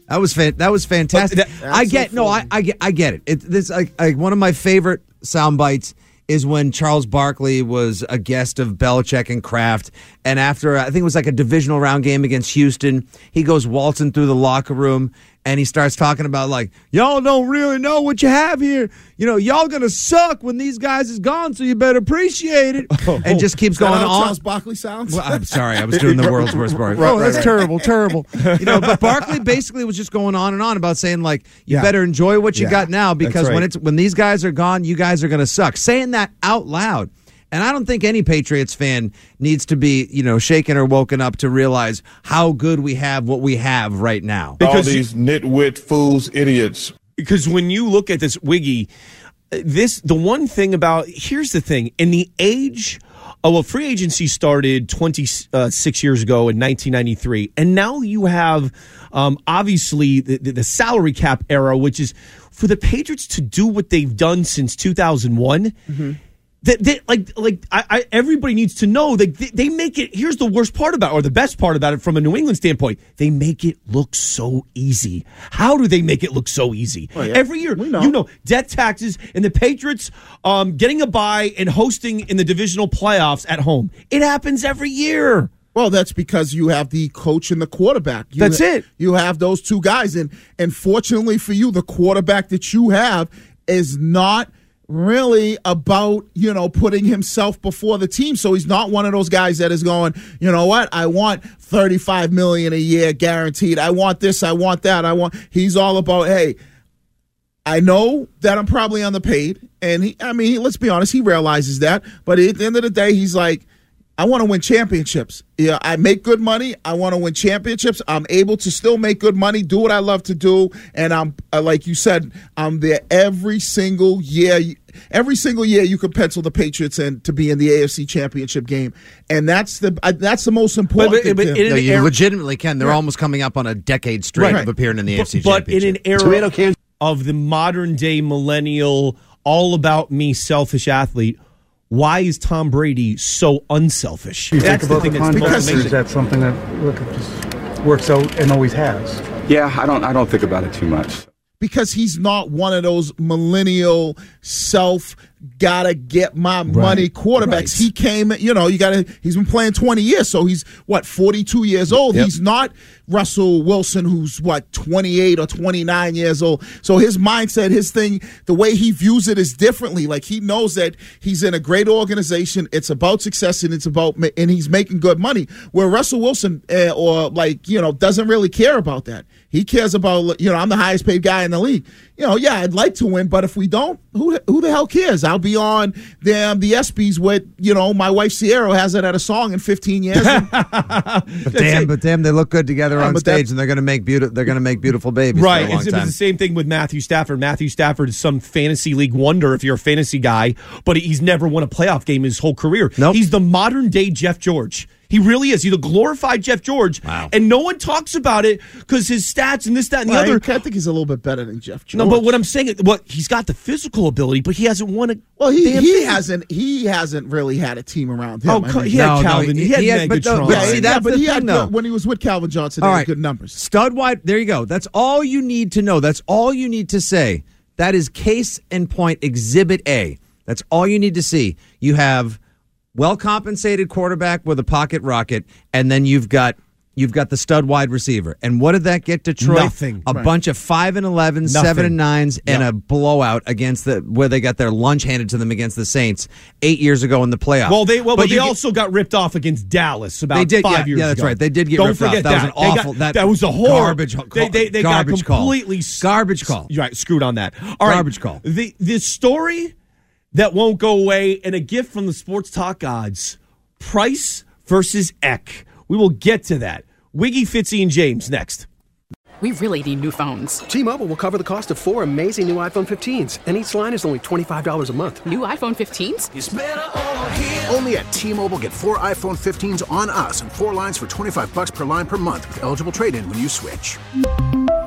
Speaker 8: That was fan, that was fantastic. I get no, I, I get I get it. it this I, I, one of my favorite sound bites is when Charles Barkley was a guest of Belichick and Kraft, and after I think it was like a divisional round game against Houston, he goes waltzing through the locker room, and he starts talking about like y'all don't really know what you have here. You know, y'all gonna suck when these guys is gone, so you better appreciate it. and just keeps
Speaker 3: Is that
Speaker 8: going
Speaker 3: how
Speaker 8: on.
Speaker 3: Charles Barkley sounds.
Speaker 8: Well, I'm sorry, I was doing the world's worst part.
Speaker 3: Right,
Speaker 8: oh,
Speaker 3: right,
Speaker 8: that's
Speaker 3: right.
Speaker 8: terrible, terrible. You know, but Barkley basically was just going on and on about saying like, you
Speaker 3: Yeah.
Speaker 8: better enjoy what you
Speaker 3: Yeah,
Speaker 8: got now
Speaker 3: that's
Speaker 8: because when
Speaker 3: right.
Speaker 8: it's when these guys are gone, you guys are going to suck. Saying that out loud. And I don't think any Patriots fan needs to be, you know, shaken or woken up to realize how good we have what we have right now.
Speaker 6: all these nitwit fools, idiots. Because when you look at this Wiggy, uh, this the one thing about here's the thing in the age. Oh well, free agency started 26 years ago in 1993, and now you have um, obviously the, the, the salary cap era, which is for the Patriots to do what they've done since 2001
Speaker 3: Mm-hmm.
Speaker 6: that, that like like I, I everybody needs to know that they, they make it here's the worst part about it, or the best part about it from a new england standpoint they make it look so easy how do they make it look so easy
Speaker 3: yeah.
Speaker 6: every year you know debt taxes and the patriots um, getting a bye and hosting in the divisional playoffs at home it happens every year
Speaker 3: Well, that's because you have the coach and the quarterback. You
Speaker 6: That's it.
Speaker 3: You have those two guys, and and fortunately for you, the quarterback that you have is not really about you know putting himself before the team. So he's not one of those guys that is going, you know what? I want thirty five million a year guaranteed. I want this. I want that. I want. He's all about hey. I know that I'm probably underpaid, and he, I mean, let's be honest, he realizes that. But at the end of the day, he's like, I want to win championships. Yeah, I make good money. I want to win championships. I'm able to still make good money, do what I love to do, and I'm uh, like you said, I'm there every single year. Every single year, you can pencil the Patriots in to be in the AFC Championship game, and that's the I, that's the most important. thing to him.
Speaker 8: No, you legitimately can. They're almost coming up on a decade straight
Speaker 6: Right.
Speaker 8: of appearing in the
Speaker 6: but,
Speaker 8: AFC
Speaker 6: but in
Speaker 8: Championship.
Speaker 6: an era of the modern day millennial all about me selfish athlete why is tom brady so unselfish
Speaker 19: You think about the,
Speaker 6: most
Speaker 19: contract, or is
Speaker 6: amazing.
Speaker 19: that something that uh, look, it just works out and always has?
Speaker 5: Yeah, I don't I don't think about it too much.
Speaker 3: because he's not one of those millennial self gotta get my money quarterbacks. He came, you know, you gotta he's been playing 20 years, so he's what 42 years old. He's not Russell Wilson who's what 28 or 29 years old. So his mindset, his thing, the way he views it is differently. Like he knows that he's in a great organization, it's about success and it's about ma- and he's making good money. Where Russell Wilson uh, or like, you know, doesn't really care about that. He cares about you know I'm the highest paid guy in the league. You know, yeah, I'd like to win, but if we don't, who who the hell cares? I'll be on them the ESPYS with you know my wife Sierra hasn't had a song in 15 years.
Speaker 8: but damn, but damn, they look good together on
Speaker 3: but that-
Speaker 8: stage, and they're going to make beautiful. They're going to make beautiful babies.
Speaker 6: Right.
Speaker 8: for a long
Speaker 6: It's, it was
Speaker 8: time.
Speaker 6: the same thing with Matthew Stafford. Matthew Stafford is some fantasy league wonder if you're a fantasy guy, but he's never won a playoff game his whole career. He's the modern day Jeff George. He really is. He's a glorified Jeff George. And no one talks about it because his stats and this, that, and
Speaker 3: Well, I
Speaker 6: the other.
Speaker 3: I think he's a little bit better than Jeff George.
Speaker 6: No, but what I'm saying is, what he's got the physical ability, but he hasn't won a.
Speaker 3: well, he,
Speaker 6: damn
Speaker 3: he
Speaker 6: thing.
Speaker 3: hasn't he hasn't really had a team around him.
Speaker 6: Oh, co- he had No, no, Calvin, he- he had he had- but Megatron. the- but
Speaker 3: yeah,
Speaker 6: see,
Speaker 3: yeah,
Speaker 6: that's
Speaker 3: but
Speaker 6: the
Speaker 3: he had
Speaker 8: thing, though.
Speaker 3: good, when he was with Calvin Johnson. he
Speaker 8: All
Speaker 3: had
Speaker 8: right.
Speaker 3: good numbers.
Speaker 8: Stud wide. There you go. That's all you need to know. That's all you need to say. That is case in point, exhibit A. That's all you need to see. You have well compensated quarterback with a pocket rocket, and then you've got you've got the stud wide receiver. And what did that get Detroit?
Speaker 6: Nothing.
Speaker 8: A
Speaker 6: Right.
Speaker 8: bunch of five and 11,
Speaker 6: Nothing.
Speaker 8: seven and nines, and a blowout against the where they got their lunch handed to them against the Saints eight years ago in the playoffs.
Speaker 6: Well, they well, but,
Speaker 8: you
Speaker 6: they
Speaker 8: get-
Speaker 6: also got ripped off against Dallas about
Speaker 8: They did,
Speaker 6: five
Speaker 8: yeah,
Speaker 6: years
Speaker 8: yeah, that's
Speaker 6: ago.
Speaker 8: right. They did get
Speaker 6: Don't
Speaker 8: ripped off.
Speaker 6: forget
Speaker 8: That was an
Speaker 6: They got-
Speaker 8: awful- that
Speaker 6: was a horrible
Speaker 8: garbage ho-
Speaker 6: They, they, they
Speaker 8: garbage
Speaker 6: got
Speaker 8: call.
Speaker 6: completely garbage call. Right, screwed on that. All right,
Speaker 8: Garbage call.
Speaker 6: The the story that won't go away, and a gift from the Sports Talk odds: Price versus Eck. We will get to that. Wiggy, Fitzy, and James next.
Speaker 22: We really need new phones.
Speaker 23: T-Mobile will cover the cost of four amazing new iPhone 15s, and each line is only $25 a month.
Speaker 22: New iPhone 15s?
Speaker 23: Only at T-Mobile get four iPhone 15s on us and four lines for 25 bucks per line per month with eligible trade-in when you switch.